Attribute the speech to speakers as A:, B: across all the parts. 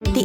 A: The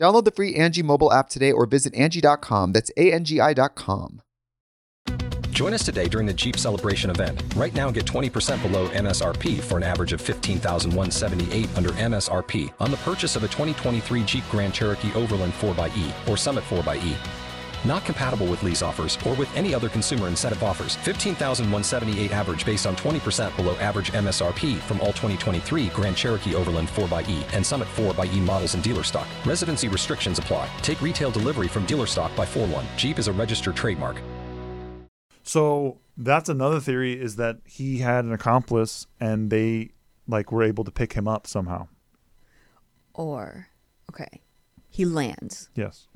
B: Download the free Angie mobile app today or visit Angie.com. That's A-N-G-I dot com.
C: Join us today during the Jeep Celebration event. Right now, get 20% below MSRP for an average of 15178 under MSRP on the purchase of a 2023 Jeep Grand Cherokee Overland 4xE or Summit 4xE. Not compatible with lease offers or with any other consumer incentive offers. 15,178 average based on 20% below average MSRP from all 2023 Grand Cherokee Overland 4xE and Summit 4xE models in dealer stock. Residency restrictions apply. Take retail delivery from dealer stock by 4 1. Jeep is a registered trademark.
D: So that's another theory is that he had an accomplice and they like were able to pick him up somehow.
E: Or, okay, he lands.
D: Yes.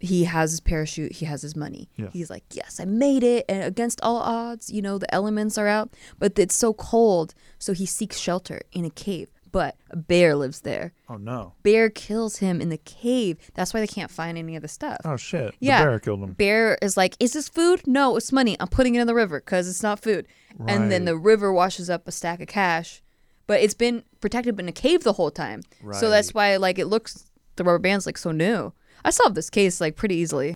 E: He has his parachute. He has his money.
D: Yeah.
E: He's like, yes, I made it. And against all odds, you know, the elements are out, but it's so cold. So he seeks shelter in a cave. But a bear lives there.
D: Oh no.
E: Bear kills him in the cave. That's why they can't find any of the stuff.
D: Oh shit.
E: yeah.
D: The bear killed him.
E: Bear is like, is this food? No, it's money. I'm putting it in the river because it's not food. And then
D: Right.
E: the river washes up a stack of cash, but it's been protected in a cave the whole time. So that's why like it looks the rubber band's like so new. I solved this case like pretty easily.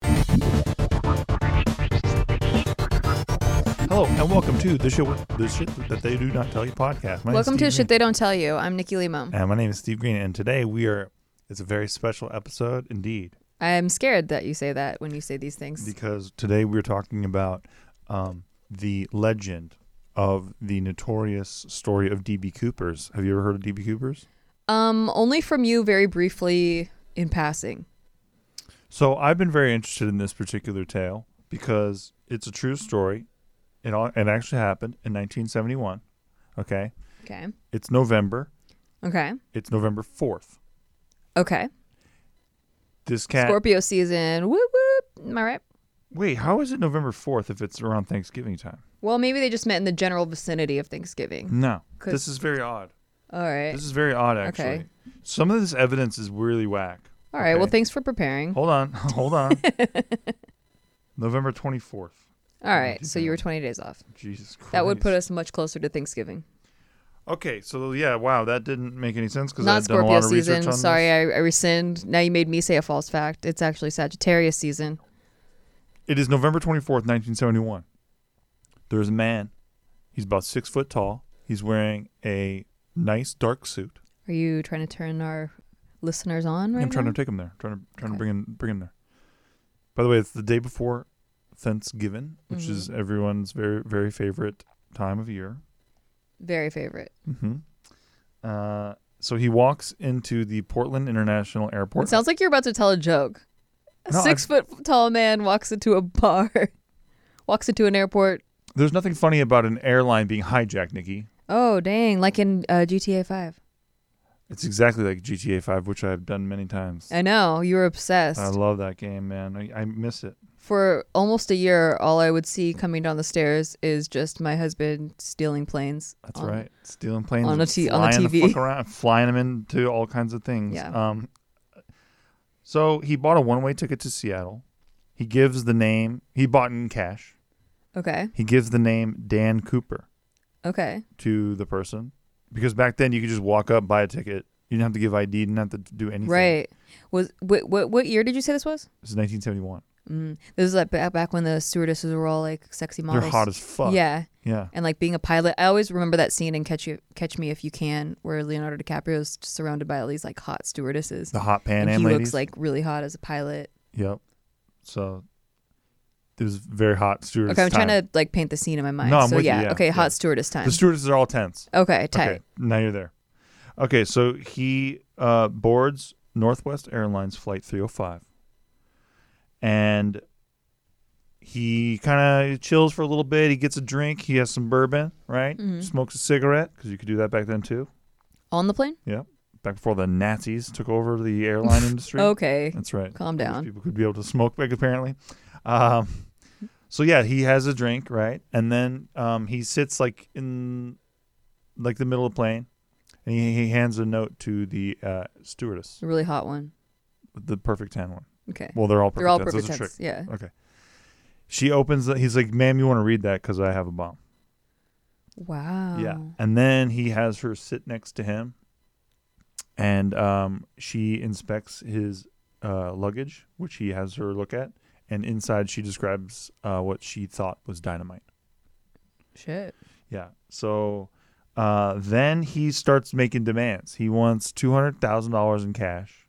D: Hello and welcome to the show the shit that they do not tell you podcast. My name's
E: Welcome to
D: Steve Green.
E: Shit They Don't Tell You. I'm Nikki Limo.
D: And my name is Steve Green and today we are it's a very special episode indeed
E: I'm scared that you say that when you say these things.
D: because today we're talking about um, the legend of the notorious story of DB Coopers. Have you ever heard of DB Coopers?
E: Um, only from you very briefly in passing.
D: So I've been very interested in this particular tale because it's a true story. It all it actually happened in 1971. Okay,
E: Okay.
D: it's November.
E: Okay.
D: It's November 4th.
E: Okay.
D: This cat.
E: Scorpio season. Whoop whoop. Am I right?
D: Wait, how is it November 4th if it's around Thanksgiving time?
E: Well, maybe they just met in the general vicinity of Thanksgiving.
D: No,
E: 'Cause-
D: this is very odd.
E: All right.
D: Mm-hmm. This is very odd, actually.
E: Okay.
D: Some of this evidence is really whack.
E: All right. Well,
D: okay?
E: thanks for preparing.
D: Hold on, hold on. November 24th.
E: All right. So you were 20 days off.
D: Jesus Christ.
E: That would put us much closer to Thanksgiving.
D: Okay, so yeah, wow, that didn't make any sense because
E: Not
D: I've done a lot
E: Scorpio
D: of research
E: season.
D: on
E: Sorry,
D: this.
E: I, I rescind. Now you made me say a false fact. It's actually Sagittarius season.
D: It is November 24th, 1971. There's a man. He's about six foot tall. He's wearing a nice dark suit.
E: Are you trying to turn our listeners on right
D: I'm trying
E: now?
D: to take him there. Trying to trying
E: Okay.
D: to bring him bring him there. By the way, it's the day before Thanksgiving, which is
E: Mm-hmm.
D: everyone's very very favorite time of year.
E: Very favorite.
D: hmm Uh, so he walks into the Portland International Airport.
E: It sounds like you're about to tell a joke. A
D: No, I've-
E: six foot tall man walks into a bar walks into an airport.
D: There's nothing funny about an airline being hijacked, Nikki.
E: Oh, dang. Like in uh, GTA 5.
D: It's exactly like GTA 5, which I've done many times.
E: I know. You were obsessed.
D: I love that game, man. I, I miss it.
E: For almost a year, all I would see coming down the stairs is just my husband stealing planes. Um,
D: That's
E: on-
D: right. Stealing planes,
E: on
D: and
E: a t- on a
D: flying the
E: TV.
D: fuck around, flying them into all kinds of things.
E: Yeah.
D: Um, so he bought a one-way ticket to Seattle. He gives the name. He bought in cash.
E: Okay.
D: He gives the name Dan Cooper
E: Okay.
D: to the person because back then you could just walk up, buy a ticket. You didn't have to give ID. Didn't have to do anything.
E: Right. Was what, what what year did you say this was?
D: This is 1971.
E: Mm. This is like back, back when the stewardesses were all like sexy models.
D: They're hot as fuck.
E: Yeah.
D: Yeah.
E: and like being a pilot i always remember that scene in catch you catch me if you can where leonardo DiCaprio is surrounded by all these like hot stewardesses
D: The hot Pan
E: and
D: Am
E: he
D: ladies.
E: looks like really hot as a pilot
D: Yep. So it was very hot stewardess.
E: okay i'm
D: time.
E: trying to like paint the scene in my mind
D: No, I'm
E: so
D: with you,
E: yeah,
D: yeah,
E: okay
D: yeah.
E: hot stewardess time
D: The stewardesses are all tense.
E: okay tight
D: Okay, now you're there. Okay, so he uh, boards Northwest Airlines flight 305, and he kind of chills for a little bit. He gets a drink. He has some bourbon, right? Smokes a cigarette because you could do that back then too.
E: on the plane
D: Yeah, back before the Nazis took over the airline industry.
E: okay
D: That's right.
E: Calm
D: Because
E: down.
D: People could be able to smoke back apparently. Um, so yeah, he has a drink, right? And then um, he sits like in like the middle of the plane, and he, he hands a note to the uh, stewardess,
E: really hot one
D: the perfect tan one.
E: okay
D: Well, they're all perfect.
E: They're all
D: tans. That's
E: perfect
D: a
E: tans, yeah.
D: trick. Okay. She opens. The, he's like, "Ma'am, you want to read that? Because I have a bomb."
E: wow
D: Yeah. And then he has her sit next to him, and um, she inspects his uh, luggage, which he has her look at. And inside, she describes uh, what she thought was dynamite.
E: shit
D: Yeah. So uh, then he starts making demands. He wants $200,000 in cash.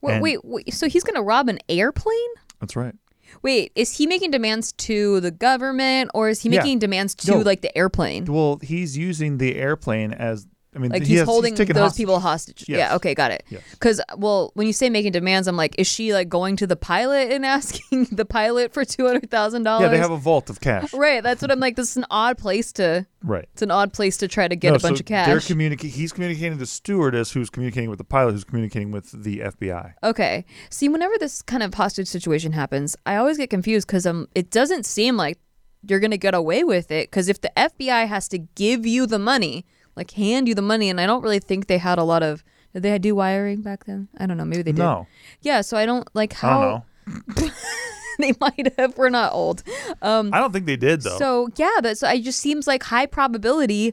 E: wait,
D: And-
E: wait wait so he's gonna rob an airplane
D: That's right.
E: wait is he making demands to the government or is he
D: Yeah.
E: making demands to
D: No.
E: like the airplane
D: Well, he's using the airplane as. I mean,
E: Mm-hmm. like
D: he
E: he's
D: has-
E: holding
D: taken
E: those
D: hostage.
E: people hostage.
D: Yes.
E: Yeah, okay, got it.
D: Yes.
E: Because well, when you say making demands, I'm like, is she like going to the pilot and asking the pilot for two hundred thousand dollars?
D: Yeah, they have a vault of cash.
E: right. That's what I'm like. This is an odd place to.
D: Right.
E: It's an odd place to try to get
D: No,
E: a bunch
D: so
E: of cash.
D: They're communica- he's communicating to the stewardess who's communicating with the pilot who's communicating with the FBI.
E: okay. See, whenever this kind of hostage situation happens, I always get confused because um, it doesn't seem like you're gonna get away with it. Because if the FBI has to give you the money, like hand you the money, and I don't really think they had a lot of. Did they do wiring back then? I don't know. Maybe they did.
D: No,
E: Yeah, so I don't like
D: I don't
E: how
D: know.
E: they might have. We're not old. Um,
D: I don't think they did though.
E: so yeah, that's. I just seems like high probability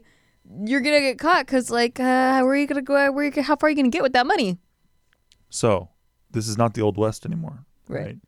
E: you're gonna get caught because like, uh, where are you gonna go? Where you, gonna- how far are you gonna get with that money?
D: So, this is not the old west anymore,
E: Right.
D: right.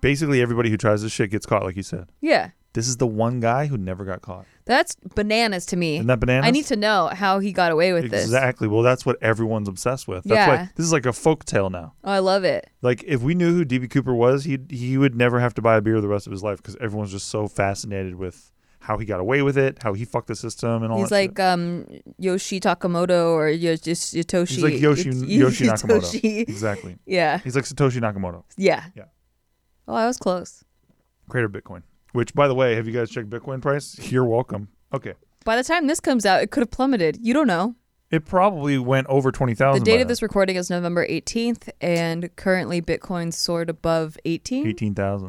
D: Basically, everybody who tries this shit gets caught, like you said.
E: Yeah,
D: This is the one guy who never got caught.
E: that's bananas to me.
D: Isn't that bananas?
E: I need to know how he got away with this.
D: exactly. Well, that's what everyone's obsessed with. That's
E: Yeah.
D: why this is like a folk tale now.
E: Oh, I love it.
D: Like if we knew who DB Cooper was, he he would never have to buy a beer the rest of his life because everyone's just so fascinated with how he got away with it, how he fucked the system, and all.
E: He's
D: that shit.
E: like um, Yoshi Takamoto or Yo- just Yatoshi.
D: He's like Yoshi,
E: Yat-
D: Yoshi Nakamoto.
E: Yatoshi.
D: Exactly.
E: Yeah,
D: He's like Satoshi Nakamoto,
E: yeah.
D: Yeah.
E: Oh, I was close.
D: creator of Bitcoin. Which, by the way, have you guys checked Bitcoin price? You're welcome. Okay.
E: By the time this comes out, it could have plummeted. You don't know.
D: It probably went over 20,000.
E: The
D: by
E: date
D: now.
E: of this recording is November 18th, and currently Bitcoin soared above 18,000.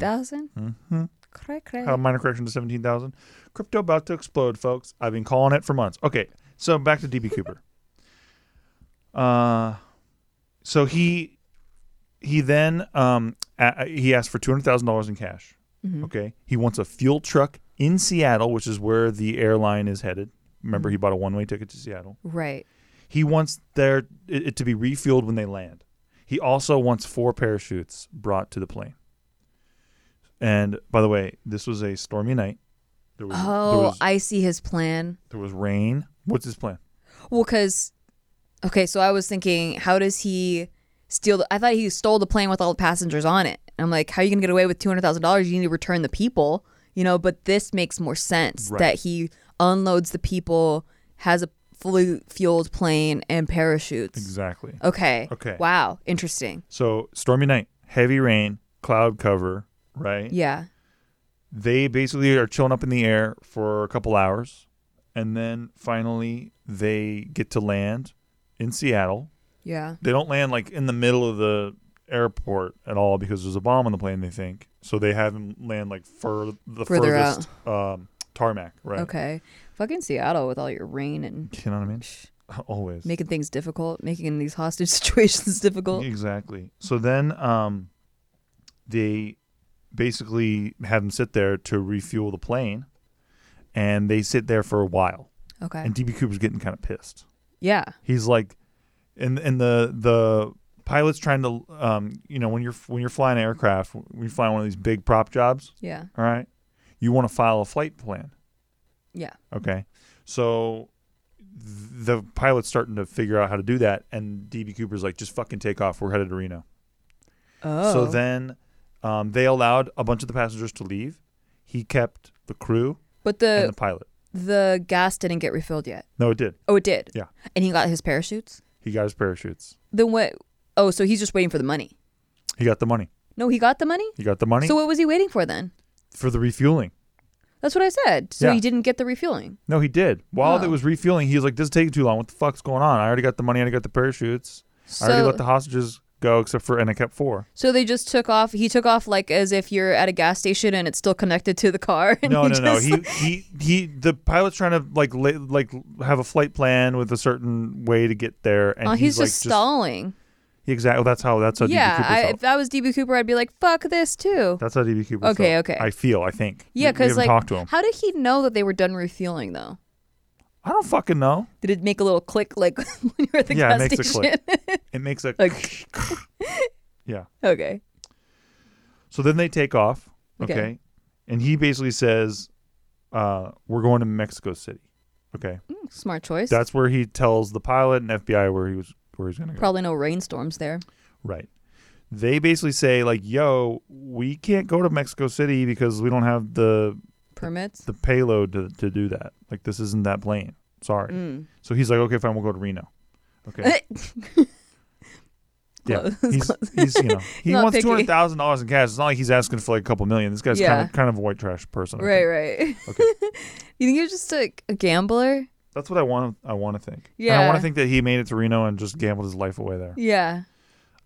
D: 18,000. Mhm.
E: Cray, cray.
D: Uh, minor correction to 17,000. Crypto about to explode, folks. I've been calling it for months. Okay. So back to DB Cooper. Uh, so he he then um a- he asked for $200,000 in cash. Okay. He wants a fuel truck in Seattle, which is where the airline is headed. Remember he bought a one-way ticket to Seattle.
E: Right.
D: He wants their it, it to be refueled when they land. He also wants four parachutes brought to the plane. And by the way, this was a stormy night. There was, there
E: Oh,
D: was,
E: I see his plan.
D: there was rain. What's his plan?
E: Well, because, okay, so I was thinking, how does he steal? The, I thought he stole the plane with all the passengers on it. I'm like, how are you going to get away with $200,000? You need to return the people, you know, but this makes more sense
D: Right.
E: that he unloads the people, has a fully fueled plane, and parachutes.
D: Exactly.
E: Okay.
D: Okay.
E: Wow. Interesting.
D: So stormy night, heavy rain, cloud cover, right?
E: Yeah.
D: They basically are chilling up in the air for a couple hours, and then finally they get to land in Seattle.
E: Yeah.
D: They don't land like in the middle of the airport at all because there's a bomb on the plane. They think so. They have them land like fur the
E: Further
D: furthest um, tarmac. Right.
E: Okay. Fucking Seattle with all your rain and
D: You know what I mean? Always.
E: making things difficult, making these hostage situations difficult.
D: Exactly. So then um, they basically have them sit there to refuel the plane, and they sit there for a while.
E: Okay.
D: And DB Cooper's getting kind of pissed.
E: Yeah.
D: He's like, and and the the pilot's trying to um, you know when you're when you're flying an aircraft when you're flying one of these big prop jobs,
E: Yeah.
D: all right, you want to file a flight plan.
E: Yeah.
D: Okay. So th- the pilot's starting to figure out how to do that, and DB Cooper's like, just fucking take off. We're headed to Reno.
E: Oh.
D: So then um, they allowed a bunch of the passengers to leave. He kept the crew
E: But
D: and the
E: the
D: pilot.
E: the gas didn't get refilled yet.
D: No, it did.
E: Oh, it did.
D: Yeah.
E: And he got his parachutes.
D: He got his parachutes.
E: Then what? Oh, so he's just waiting for the money.
D: He got the money.
E: No, he got the money.
D: He got the money
E: So what was he waiting for then?
D: for the refueling.
E: That's what I said. So
D: Yeah.
E: he didn't get the refueling.
D: No, he did. While
E: Oh.
D: it was refueling, he was like, this is taking too long. What the fuck's going on? I already got the money. I already got the parachutes. I already
E: So-
D: let the hostages go, except for, and I kept four.
E: So they just took off. He took off like as if you're at a gas station and it's still connected to the car. And
D: no,
E: he
D: no, no.
E: just-
D: He, he, he. The pilot's trying to like, la- like, have a flight plan with a certain way to get there, and
E: Oh, he's,
D: he's, like,
E: just stalling.
D: Exactly. That's how. That's how. DB
E: yeah,
D: Cooper
E: I,
D: felt.
E: if I was DB Cooper, I'd be like, "Fuck this too."
D: That's how DB Cooper.
E: Okay,
D: felt.
E: okay.
D: I feel. I think.
E: yeah,
D: because
E: because like,
D: talked to him.
E: how did he know that they were done refueling though?
D: I don't fucking know.
E: Did it make a little click like when you were at the
D: Yeah, it
E: gas
D: makes a
E: station?
D: click. It makes a.
E: Like-
D: yeah.
E: okay.
D: So then they take off. Okay.
E: Okay.
D: And he basically says, uh, "We're going to Mexico City." Okay.
E: Smart choice.
D: That's where he tells the pilot and FBI where he was where he's gonna go.
E: Probably no rainstorms there.
D: Right. They basically say like, "Yo, we can't go to Mexico City because we don't have the
E: Permits.
D: the payload to, to do that. Like this isn't that plane. Sorry."
E: Mm.
D: So he's like, "Okay, fine, we'll go to Reno." Okay. Yeah,
E: Close,
D: he's, he's you know he
E: Not
D: wants
E: picky.
D: two hundred thousand dollars in cash. It's not like he's asking for like a couple million. This guy's kind
E: Yeah.
D: of kind of a white trash person. I
E: right,
D: think.
E: right.
D: Okay.
E: you think you're just a, a gambler?
D: That's what I want. I want to think. and I want to
E: Yeah.
D: think that he made it to Reno and just gambled his life away there.
E: Yeah.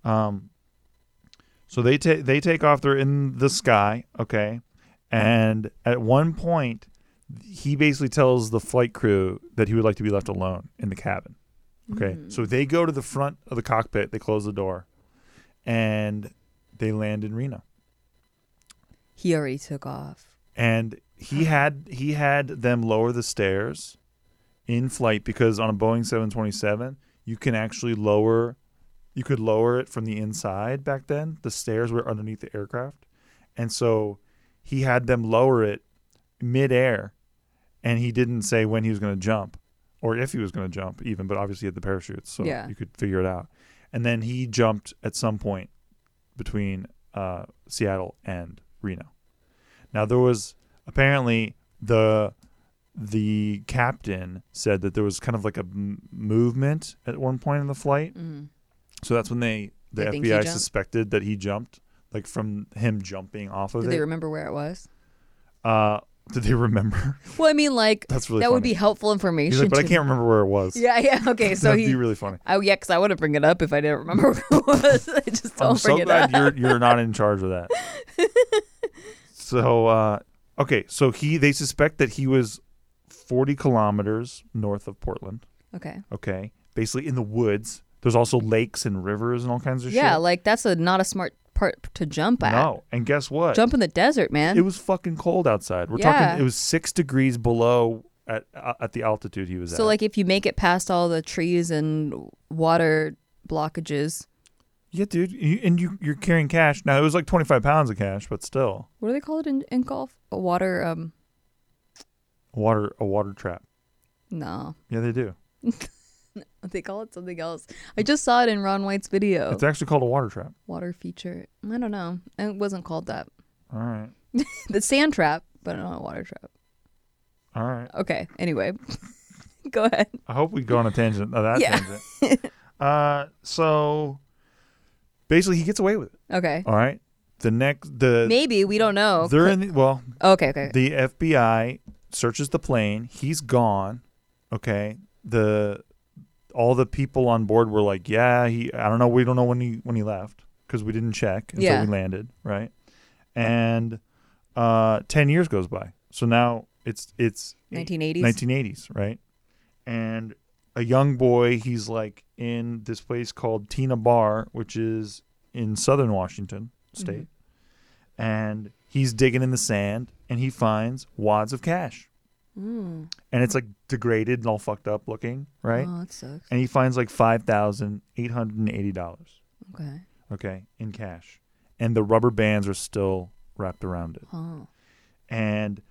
D: Um, so they take they take off. They're in the sky. Okay, and at one point, he basically tells the flight crew that he would like to be left alone in the cabin. Okay,
E: Mm-hmm.
D: so they go to the front of the cockpit. They close the door, and they land in Reno.
E: He already took off.
D: and he had he had them lower the stairs in flight because on a Boeing 727 you can actually lower you could lower it from the inside back then the stairs were underneath the aircraft and so he had them lower it midair and he didn't say when he was going to jump or if he was going to jump even but obviously he had the parachutes so
E: Yeah.
D: you could figure it out and then he jumped at some point between uh, Seattle and Reno now there was apparently the the captain said that there was kind of like a m- movement at one point in the flight. So that's when they the
E: They Mm-hmm. think he
D: FBI
E: jumped?
D: suspected that he jumped, like from him jumping off of
E: Did
D: it.
E: they remember where it was?
D: uh, did they remember?
E: Well, I mean, like
D: That's really
E: that would
D: funny.
E: be helpful information.
D: He's like, but I
E: to-
D: can't remember where it was.
E: Yeah, yeah. Okay, so
D: that'd
E: he.
D: be really funny.
E: Oh yeah, because I wouldn't bring it up if I didn't remember where it was. I just don't
D: I'm
E: bring
D: so
E: it
D: glad
E: up.
D: you're you're not in charge of that. so uh, okay, so he they suspect that he was 40 kilometers north of Portland.
E: Okay.
D: okay basically in the woods there's also lakes and rivers and all kinds of
E: Yeah,
D: shit
E: like that's a not a smart part to jump at.
D: no and guess what
E: Jump in the desert, man.
D: it was fucking cold outside we're
E: Yeah.
D: talking it was six degrees below at uh, at the altitude he was at
E: so like if you make it past all the trees and water blockages,
D: yeah dude you, and you you're carrying cash now it was like 25 pounds of cash but still
E: what do they call it in, in golf? A water um
D: a water a water trap
E: no.
D: yeah they do
E: They call it something else. I just saw it in Ron White's video.
D: it's actually called a water trap
E: water feature. I don't know. It wasn't called that.
D: all right
E: The sand trap, but not a water trap.
D: all right
E: Okay. Anyway. Go ahead.
D: i hope we go on a tangent of that
E: Yeah.
D: tangent uh so basically he gets away with it
E: Okay.
D: all right the next the
E: Maybe we don't know.
D: they're in the, well
E: okay, okay.
D: the FBI searches the plane. He's gone. Okay. The all the people on board were like, "Yeah, he. I don't know. We don't know when he when he left because we didn't check until
E: Yeah.
D: we landed, right?" And uh, ten years goes by. So now it's it's
E: 1980s?
D: 1980s, right? And a young boy, he's like in this place called Tina Bar, which is in southern Washington state
E: Mm-hmm.
D: and he's digging in the sand and he finds wads of cash. And it's like degraded and all fucked up looking, right?
E: Oh, that sucks.
D: And he finds like $5,880,
E: Okay.
D: okay, in cash. And the rubber bands are still wrapped around it.
E: Oh.
D: And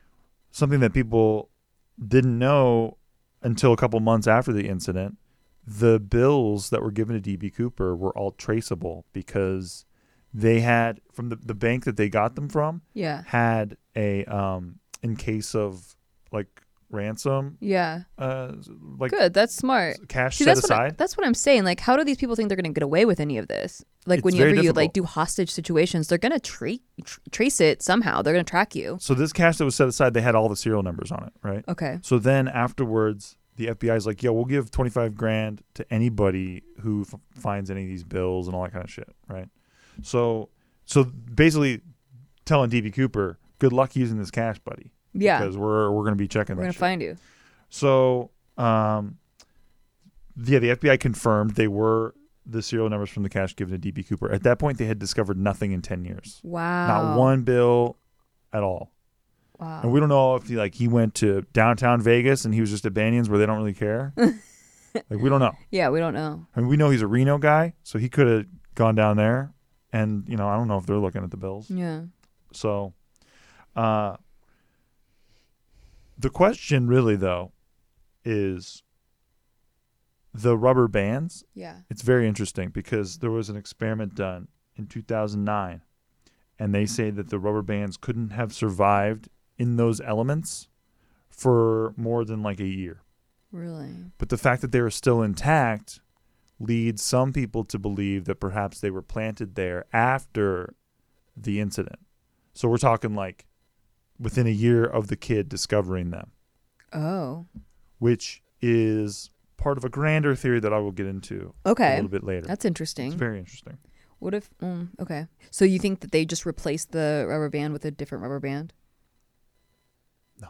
D: something that people didn't know until a couple months after the incident, the bills that were given to DB Cooper were all traceable because they had from the, the bank that they got them from
E: Yeah.
D: had a um in case of like ransom
E: Yeah.
D: uh like
E: Good. That's smart.
D: cash
E: See,
D: set
E: that's What I,
D: aside
E: that's what I'm saying. Like, how do these people think they're going to get away with any of this? Like,
D: It's
E: whenever
D: very
E: you like
D: difficult.
E: do hostage situations, they're going to tra- tr- trace it somehow. They're going to track you.
D: so this cash that was set aside they had all the serial numbers on it right
E: Okay.
D: so then afterwards the FBI's like yo we'll give 25 grand to anybody who f- finds any of these bills and all that kind of shit right so so basically telling DB Cooper good luck using this cash buddy
E: Yeah.
D: because we're we're going to be checking
E: We're
D: that
E: going
D: shit.
E: to find you.
D: So, um, yeah, the FBI confirmed they were the serial numbers from the cash given to DB Cooper. At that point, they had discovered nothing in ten years,
E: Wow.
D: not one bill at all.
E: Wow.
D: And we don't know if he like he went to downtown Vegas and he was just at Banyan's where they don't really care. like we don't know.
E: yeah, we don't know.
D: I mean, we know he's a Reno guy, so he could have gone down there. And you know, I don't know if they're looking at the bills.
E: Yeah.
D: So, uh, the question really though is the rubber bands.
E: Yeah.
D: It's very interesting because there was an experiment done in 2009, and they say that the rubber bands couldn't have survived in those elements for more than like a year.
E: Really.
D: But the fact that they were still intact leads some people to believe that perhaps they were planted there after the incident. So we're talking like within a year of the kid discovering them,
E: Oh.
D: which is part of a grander theory that I will get into
E: Okay.
D: a little bit later.
E: That's interesting.
D: it's very interesting.
E: what if? Mm, okay. So you think that they just replaced the rubber band with a different rubber band?
D: No.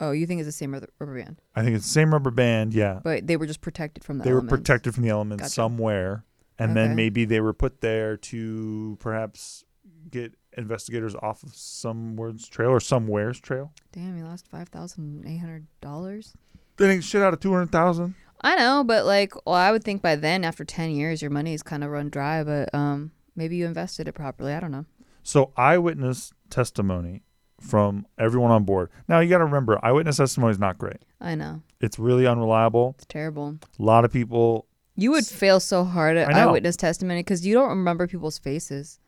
E: Oh, you think it's the same rubber rubber band,
D: I think it's the same rubber band, yeah.
E: but they were just protected from the
D: they
E: elements.
D: were protected from the elements
E: Gotcha.
D: somewhere and then
E: Okay.
D: maybe they were put there to perhaps get investigators off of someone's trail or somewhere's trail.
E: Damn, you lost five thousand eight hundred dollars.
D: They didn't shit out of two hundred thousand.
E: I know, but like, well, I would think by then, after ten years, your money's kind of run dry. But um, maybe you invested it properly. I don't know.
D: So eyewitness testimony from everyone on board. Now you got to remember, eyewitness testimony is not great.
E: I know
D: It's really unreliable.
E: it's terrible.
D: A lot of people.
E: You would fail so hard at
D: I know.
E: eyewitness testimony because you don't remember people's faces.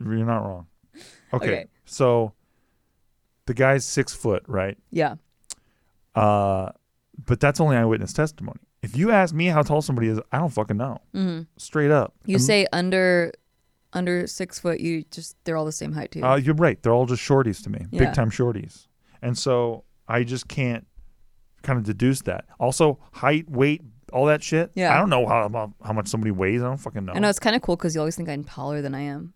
D: You're not wrong. Okay.
E: Okay.
D: So the guy's six foot, right?
E: Yeah.
D: Uh, but that's only eyewitness testimony. If you ask me how tall somebody is, I don't fucking know.
E: Mm-hmm.
D: Straight up.
E: You say under under six foot, you just they're all the same height too.
D: Uh, you're right. They're all just shorties to me,
E: Yeah.
D: big time shorties. And so I just can't kind of deduce that. Also, height, weight, all that shit.
E: Yeah.
D: I don't know how how- how much somebody weighs. I don't fucking know.
E: I know it's kind of cool because you always think I'm taller than I am.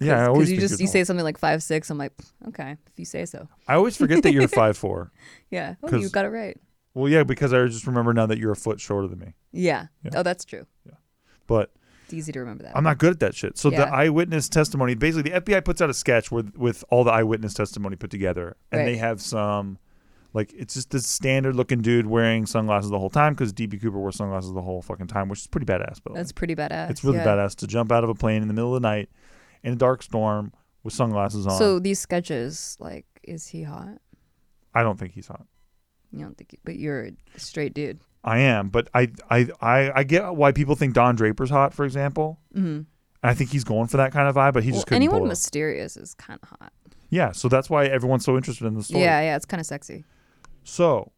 D: yeah, I
E: 'Cause
D: always
E: you
D: think
E: just you
D: you're
E: say
D: tall.
E: something like five six. I'm like, okay, if you say so.
D: I always forget that you're five four.
E: Yeah. Oh,
D: 'Cause-
E: you got it right.
D: Well, yeah, because I just remember now that you're a foot shorter than me.
E: Yeah.
D: Yeah.
E: Oh, that's true.
D: But
E: It's easy to remember that.
D: I'm not good at that shit. So
E: Yeah.
D: the eyewitness testimony, basically, the FBI puts out a sketch with with all the eyewitness testimony put together, and
E: Right.
D: they have some, like, it's just this standard looking dude wearing sunglasses the whole time because DB Cooper wore sunglasses the whole fucking time, which is pretty badass. But
E: That's pretty badass.
D: it's really
E: yeah.
D: badass to jump out of a plane in the middle of the night in a dark storm with sunglasses on.
E: So these sketches, like, is he hot?
D: I don't think he's hot.
E: You don't think, but you're a straight dude.
D: I am, but I I I, I get why people think Don Draper's hot, for example.
E: Mm-hmm.
D: I think he's going for that kind of vibe, but he
E: Well,
D: just couldn't
E: anyone
D: pull it off.
E: mysterious is kind of hot.
D: Yeah, so that's why everyone's so interested in the story.
E: Yeah, yeah, it's kind of sexy.
D: So,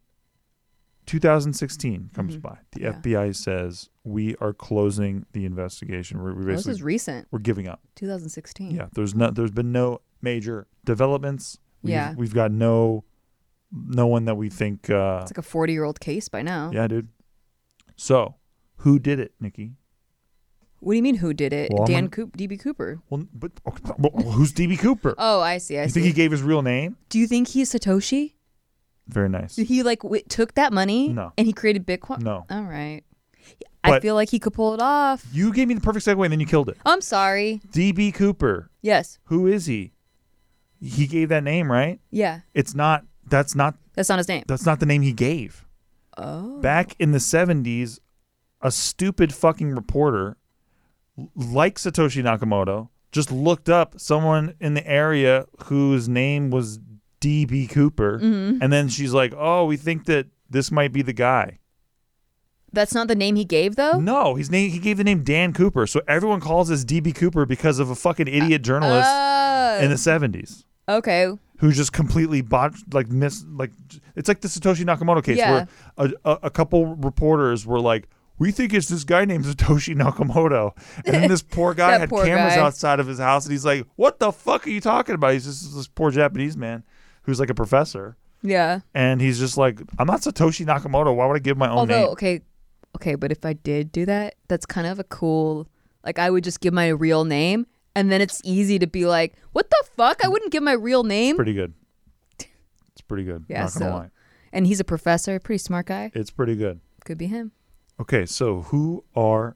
D: 2016 comes by. The
E: Mm-hmm. Yeah.
D: FBI says we are closing the investigation. We're, we're
E: Well, Oh, this
D: basically
E: is Mm. recent,
D: we're giving up.
E: 2016.
D: Yeah, there's no there's been no major developments. We've,
E: Yeah.
D: we've got no no one that we think. Uh,
E: It's like a 40 year old case by now.
D: yeah, dude. So, who did it, Nikki?
E: What do you mean? Who did it?
D: Well, I'm
E: Dan
D: gonna-
E: Coop, DB Cooper.
D: Well, but okay, well, who's DB Cooper?
E: Oh, I see. I
D: you
E: see.
D: think he gave his real name?
E: do you think he's Satoshi?
D: Very nice.
E: He like w- took that money
D: No.
E: and he created Bitcoin.
D: No.
E: All right. I
D: But-
E: feel like he could pull it off.
D: You gave me the perfect segue, and then you killed it.
E: I'm sorry.
D: DB Cooper.
E: Yes.
D: Who is he? He gave that name, right?
E: Yeah.
D: It's not. That's not.
E: That's not his name.
D: That's not the name he gave.
E: Oh.
D: Back in the '70s, a stupid fucking reporter, l- like Satoshi Nakamoto, just looked up someone in the area whose name was DB Cooper, and then she's like, "Oh, we think that this might be the guy."
E: That's not the name he gave though.
D: No, his name. He gave the name Dan Cooper, so everyone calls us DB Cooper because of a fucking idiot journalist
E: Oh.
D: in the '70s.
E: okay.
D: who just completely botched, like miss, like it's like the Satoshi Nakamoto case
E: Yeah.
D: where a, a, a couple reporters were like, "We think it's this guy named Satoshi Nakamoto," and then this poor guy
E: That
D: had
E: poor
D: cameras
E: guy.
D: outside of his house, and he's like, "What the fuck are you talking about?" He's just this poor Japanese man who's like a professor,
E: Yeah.
D: and he's just like, "I'm not Satoshi Nakamoto. Why would I give my own
E: Although
D: name?"
E: okay, okay, but if I did do that, that's kind of a cool. Like I would just give my real name, and then it's easy to be like, "What the fuck? I wouldn't give my real name."
D: Pretty good. It's pretty good.
E: Yeah,
D: not gonna
E: so-
D: lie.
E: and he's a professor, pretty smart guy.
D: It's pretty good.
E: Could be him.
D: Okay, so who are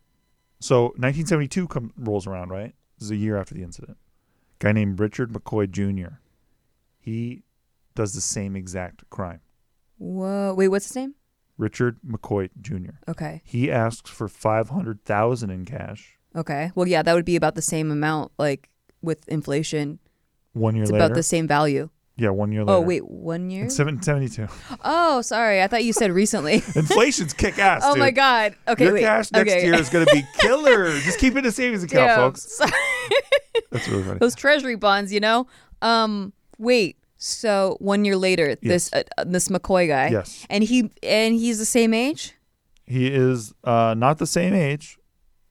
D: so 1972 come, rolls around, right? This is a year after the incident. guy named Richard McCoy Jr. He does the same exact crime.
E: Whoa. Wait, what's his name?
D: Richard McCoy Jr.
E: Okay.
D: He asks for 500,000 in cash.
E: Okay. Well, yeah, that would be about the same amount, like with inflation.
D: 1 year
E: It's
D: later.
E: about the same value.
D: yeah, 1 year later.
E: Oh, wait, one year?
D: In 72.
E: Oh, sorry. I thought you said recently.
D: Inflation's kick ass.
E: oh, my
D: dude.
E: God. Okay.
D: Your
E: wait.
D: cash next
E: okay.
D: year is going to be killer. Just keep it in a savings account,
E: Damn.
D: folks.
E: Sorry.
D: That's really funny.
E: Those treasury bonds, you know? Um, wait. So one year later, this uh, uh, this McCoy guy,
D: Yes.
E: and he and he's the same age.
D: He is uh, not the same age.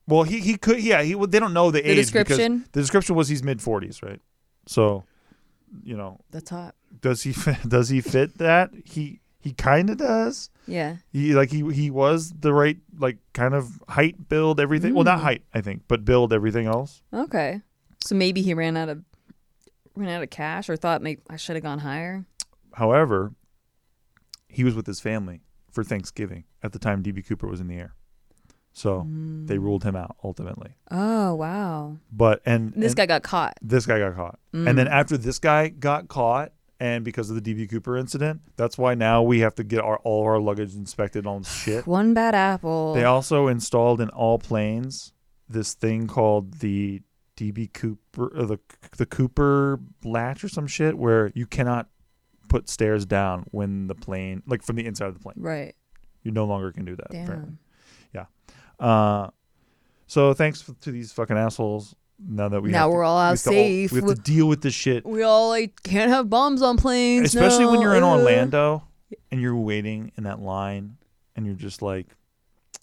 D: Well, he he could yeah he well, they don't know the, age
E: description?
D: because the description was he's mid forties right, so you know
E: That's hot.
D: does he fit, does he fit that he he kind of does
E: Yeah,
D: he like he he was the right like kind of height build everything well
E: Hmm.
D: not height I think but build everything else
E: Okay. So maybe he ran out of ran out of cash or thought maybe I should have gone higher.
D: however he was with his family for Thanksgiving at the time DB Cooper was in the air so they
E: Hmm.
D: ruled him out ultimately
E: Oh, wow.
D: but and
E: This
D: and-
E: guy got caught.
D: this guy got caught. And then after this guy got caught, and because of the DB Cooper incident, that's why now we have to get our all of our luggage inspected on shit.
E: One bad apple.
D: They also installed in all planes this thing called the DB Cooper, or the the Cooper latch or some shit, where you cannot put stairs down when the plane, like from the inside of the plane,
E: right.
D: you no longer can do that.
E: Damn.
D: apparently. Uh, so thanks f- to these fucking assholes. Now that we
E: Now
D: have to-
E: we're all
D: we
E: out
D: have to
E: safe.
D: we have to deal with this shit
E: We all like can't have bombs on planes.
D: especially when
E: now.
D: you're in
E: Ugh.
D: Orlando and you're waiting in that line and you're just like,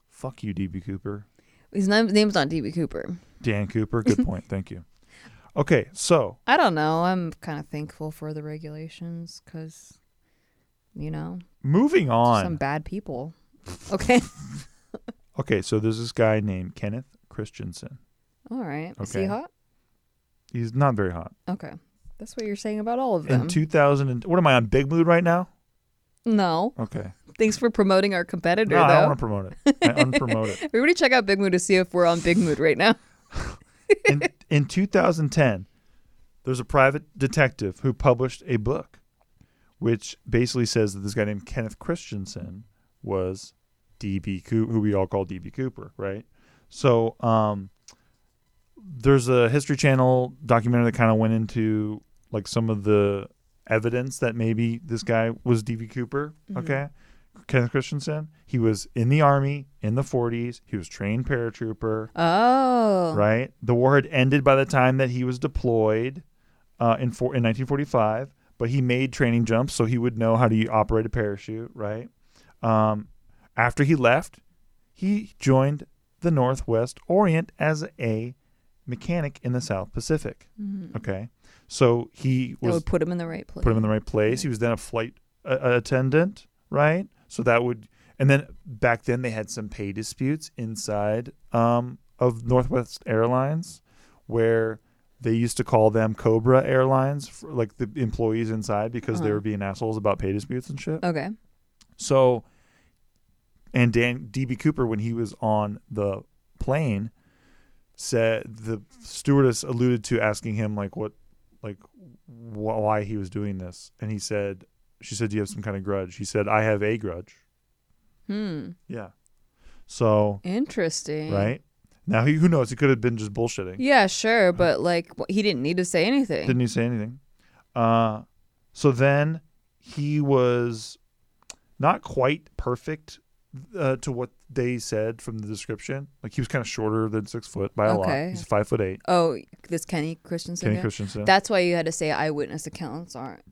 D: "Fuck you, DB Cooper,
E: His name, name's not DB Cooper.
D: Dan Cooper." Good point. Thank you. Okay, so
E: I don't know. I'm kind of thankful for the regulations because, you know,
D: moving
E: some
D: on.
E: bad people. Okay.
D: Okay, so there's this guy named Kenneth Christensen.
E: all right. Is he
D: Okay.
E: hot?
D: He's not very hot.
E: Okay. That's what you're saying about all of
D: In
E: them.
D: 2000, and, what am I on big mood right now?
E: no.
D: Okay,
E: Thanks for promoting our competitor,
D: no,
E: though.
D: I don't want to promote it. I unpromote it.
E: Everybody check out Big Mood to see if we're on Big Mood right now.
D: in, in 2010, there's a private detective who published a book which basically says that this guy named Kenneth Christensen was DB Cooper, who we all call DB Cooper, right? So um, there's a History Channel documentary that kind of went into like some of the evidence that maybe this guy was DB Cooper, okay? Kenneth Christensen, he was in the army in the 40s. He was trained paratrooper
E: Oh.
D: right? The war had ended by the time that he was deployed uh, in four, in 1945, but he made training jumps so he would know how to operate a parachute, right? Um, after he left, he joined the Northwest Orient as a mechanic in the South Pacific. Okay, so he
E: Mm-hmm. That
D: was
E: would put him in the right place.
D: put him in the right place. He was then a flight uh, attendant, right? So that would, and then back then they had some pay disputes inside um, of Northwest Airlines, where they used to call them Cobra Airlines, for, like the employees inside, because they were being assholes about pay disputes and shit.
E: okay.
D: So, and Dan DB Cooper, when he was on the plane, said the stewardess alluded to asking him like what, like wh- why he was doing this, and he said, she said, "Do you have some kind of grudge?" He said, "I have a grudge."
E: Hmm.
D: Yeah. So
E: Interesting.
D: right now, he, who knows? He could have been just bullshitting.
E: Yeah, sure, but like wh- he didn't need to say anything.
D: Didn't he say anything? Uh, so then he was not quite perfect uh, to what they said from the description. Like he was kind of shorter than six foot by a lot.
E: Okay.
D: He's five foot eight.
E: oh, this Kenny Christensen.
D: Kenny
E: guy?
D: Christensen.
E: That's why you had to say eyewitness accounts aren't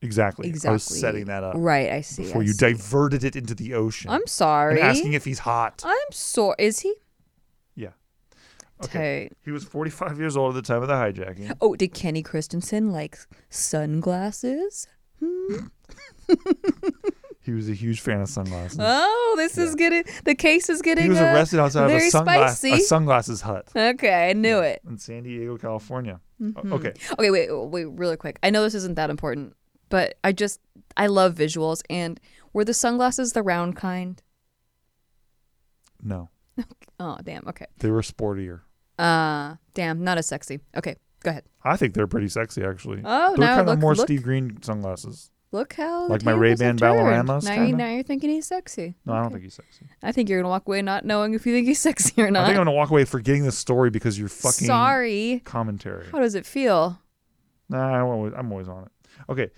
D: exactly.
E: exactly.
D: I was setting that up
E: Right, I see.
D: before
E: I
D: you
E: see.
D: diverted it into the ocean.
E: I'm sorry.
D: And asking if he's hot.
E: I'm sorry. Is he?
D: yeah.
E: Okay.
D: He was 45 years old at the time of the hijacking.
E: Oh, did Kenny Christensen like sunglasses?
D: He was a huge fan of sunglasses.
E: Oh, this is getting the case is getting.
D: he was
E: uh,
D: arrested outside of a,
E: very
D: sunglass,
E: spicy.
D: a sunglasses hut
E: okay, I knew it. Mm-hmm.
D: in San Diego, California. O- Okay.
E: Okay, wait, oh, wait, really quick. I know this isn't that important, but I just I love visuals. And were the sunglasses the round kind?
D: No.
E: Oh, damn. Okay.
D: They were sportier.
E: Uh, damn. Not as sexy. Okay, go ahead.
D: I think they're pretty sexy, actually.
E: Oh,
D: they're
E: now
D: kind of
E: look-
D: more
E: look.
D: Steve Green sunglasses.
E: Look how the
D: Like my
E: tables
D: Ray-Ban
E: have turned.
D: Balloramas,
E: Now,
D: kinda?
E: you, now you're thinking he's sexy.
D: No, I don't think he's sexy.
E: I think you're gonna walk away not knowing if you think he's sexy or
D: I
E: not.
D: think I'm gonna walk away forgetting this story because you're fucking
E: Sorry.
D: commentary.
E: How does it feel?
D: Nah, I'm always, I'm always on it. Okay.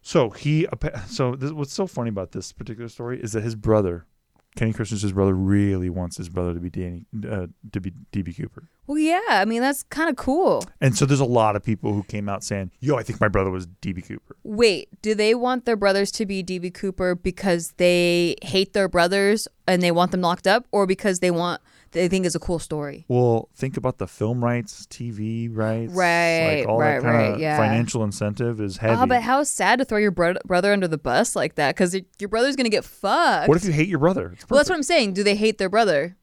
D: So he, appa- so this, what's so funny about this particular story is that his brother, Kenny Christensen's brother, really wants his brother to be Danny, uh, to be DB Cooper.
E: Well, yeah. I mean, that's kind of cool.
D: And so there's a lot of people who came out saying, "Yo, I think my brother was DB Cooper."
E: Wait, do they want their brothers to be DB Cooper because they hate their brothers and they want them locked up, or because they want they think it's a cool story?
D: Well, think about the film rights, TV rights,
E: Right,
D: Like all
E: right,
D: that kind
E: right,
D: of
E: yeah.
D: financial incentive is heavy.
E: Ah, but how sad to throw your bro- brother under the bus like that because your brother's gonna get fucked.
D: what if you hate your brother? It's
E: well, that's
D: perfect.
E: what I'm saying. Do they hate their brother?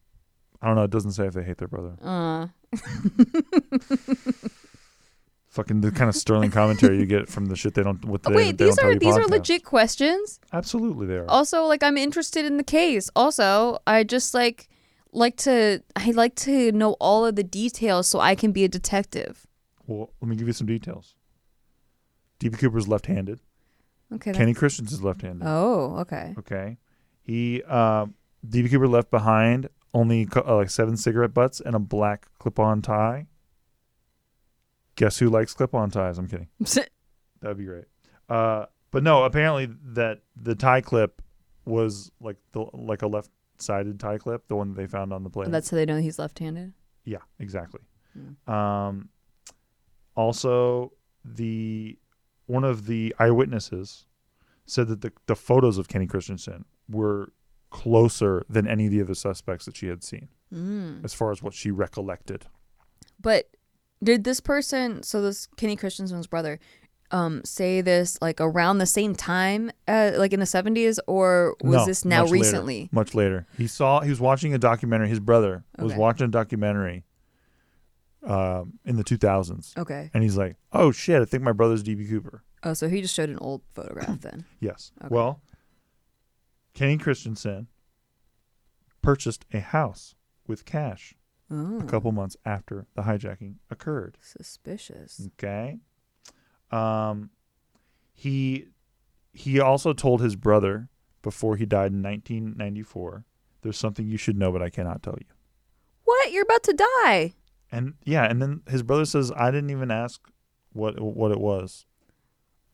D: I don't know. It doesn't say if they hate their brother.
E: Uh,
D: Fucking the kind of sterling commentary you get from the shit they don't. What they,
E: Oh, wait,
D: they
E: these
D: don't tell
E: are
D: you
E: these are
D: podcast.
E: legit Oh. questions.
D: Absolutely, they are.
E: Also, like I'm interested in the case. Also, I just like like to I like to know all of the details so I can be a detective.
D: Well, let me give you some details. DB Cooper's left-handed.
E: Okay. that-
D: Kenny Christensen's left-handed.
E: Oh, okay.
D: Okay, he uh, DB Cooper left behind only co- uh, like seven cigarette butts and a black clip-on tie. Guess who likes clip-on ties? I'm kidding. That'd be great. Uh, but no, apparently that the tie clip was like the like a left sided tie clip, the one that they found on the plane.
E: That's how they know he's left-handed.
D: yeah, exactly.
E: Hmm.
D: Um, also, the one of the eyewitnesses said that the the photos of Kenny Christensen were closer than any of the other suspects that she had seen,
E: Hmm.
D: as far as what she recollected.
E: But did this person, so this Kenny Christensen's brother, um, say this like around the same time, uh, like in the seventies, or was
D: No,
E: this now
D: much later.
E: recently?
D: much later. He saw he was watching a documentary. His brother was
E: Okay.
D: watching a documentary um, in the 2000s,
E: Okay.
D: and he's like, "Oh shit, I think my brother's DB Cooper."
E: Oh, so he just showed an old photograph then.
D: Yes.
E: Okay.
D: Well, Kenny Christensen purchased a house with cash
E: Oh,
D: a couple months after the hijacking occurred.
E: suspicious.
D: Okay. Um, he he also told his brother before he died in 1994. There's something you should know, but I cannot tell you.
E: What? You're about to die.
D: And yeah, and then his brother says, "I didn't even ask what what it was."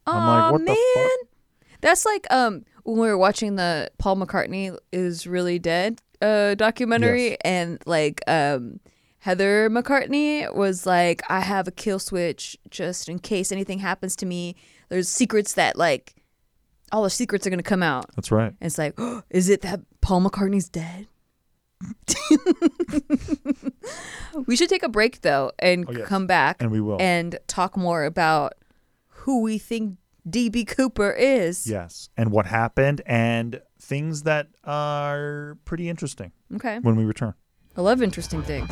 E: Oh
D: I'm like, "What the
E: man,
D: fuck?"
E: that's like um when we were watching the Paul McCartney is really dead uh documentary,
D: Yes.
E: and like um Heather McCartney was like, I have a kill switch just in case anything happens to me. There's secrets that like all the secrets are going to come out.
D: That's right.
E: And it's like, "Oh, is it that Paul McCartney's dead? we should take a break though and
D: Oh, yes.
E: come back
D: And we will.
E: and talk more about who we think DB Cooper is.
D: Yes. And what happened and things that are pretty interesting
E: Okay.
D: when we return.
E: I love interesting things.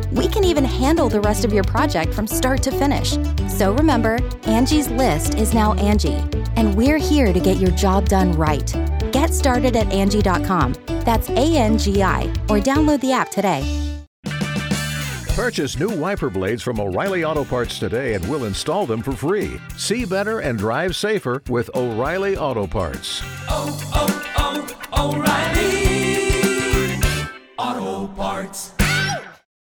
A: We can even handle the rest of your project from start to finish. So remember, Angie's list is now Angie, and we're here to get your job done right. Get started at Angie.com. That's A N G I, or download the app today.
F: Purchase new wiper blades from O'Reilly Auto Parts today and we'll install them for free. See better and drive safer with O'Reilly Auto Parts.
G: oh, oh, O'Reilly Auto Parts.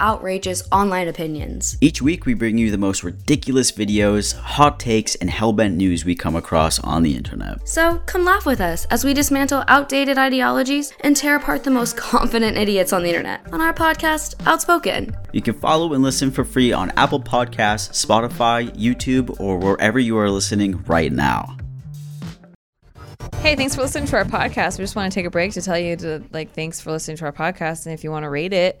H: outrageous online opinions.
I: Each week, we bring you the most ridiculous videos, hot takes, and hellbent news we come across on the internet.
H: So come laugh with us as we dismantle outdated ideologies and tear apart the most confident idiots on the internet on our podcast, Outspoken.
I: You can follow and listen for free on Apple Podcasts, Spotify, YouTube, or wherever you are listening right now.
E: Hey, thanks for listening to our podcast. We just want to take a break to tell you to like thanks for listening to our podcast and if you want to rate it,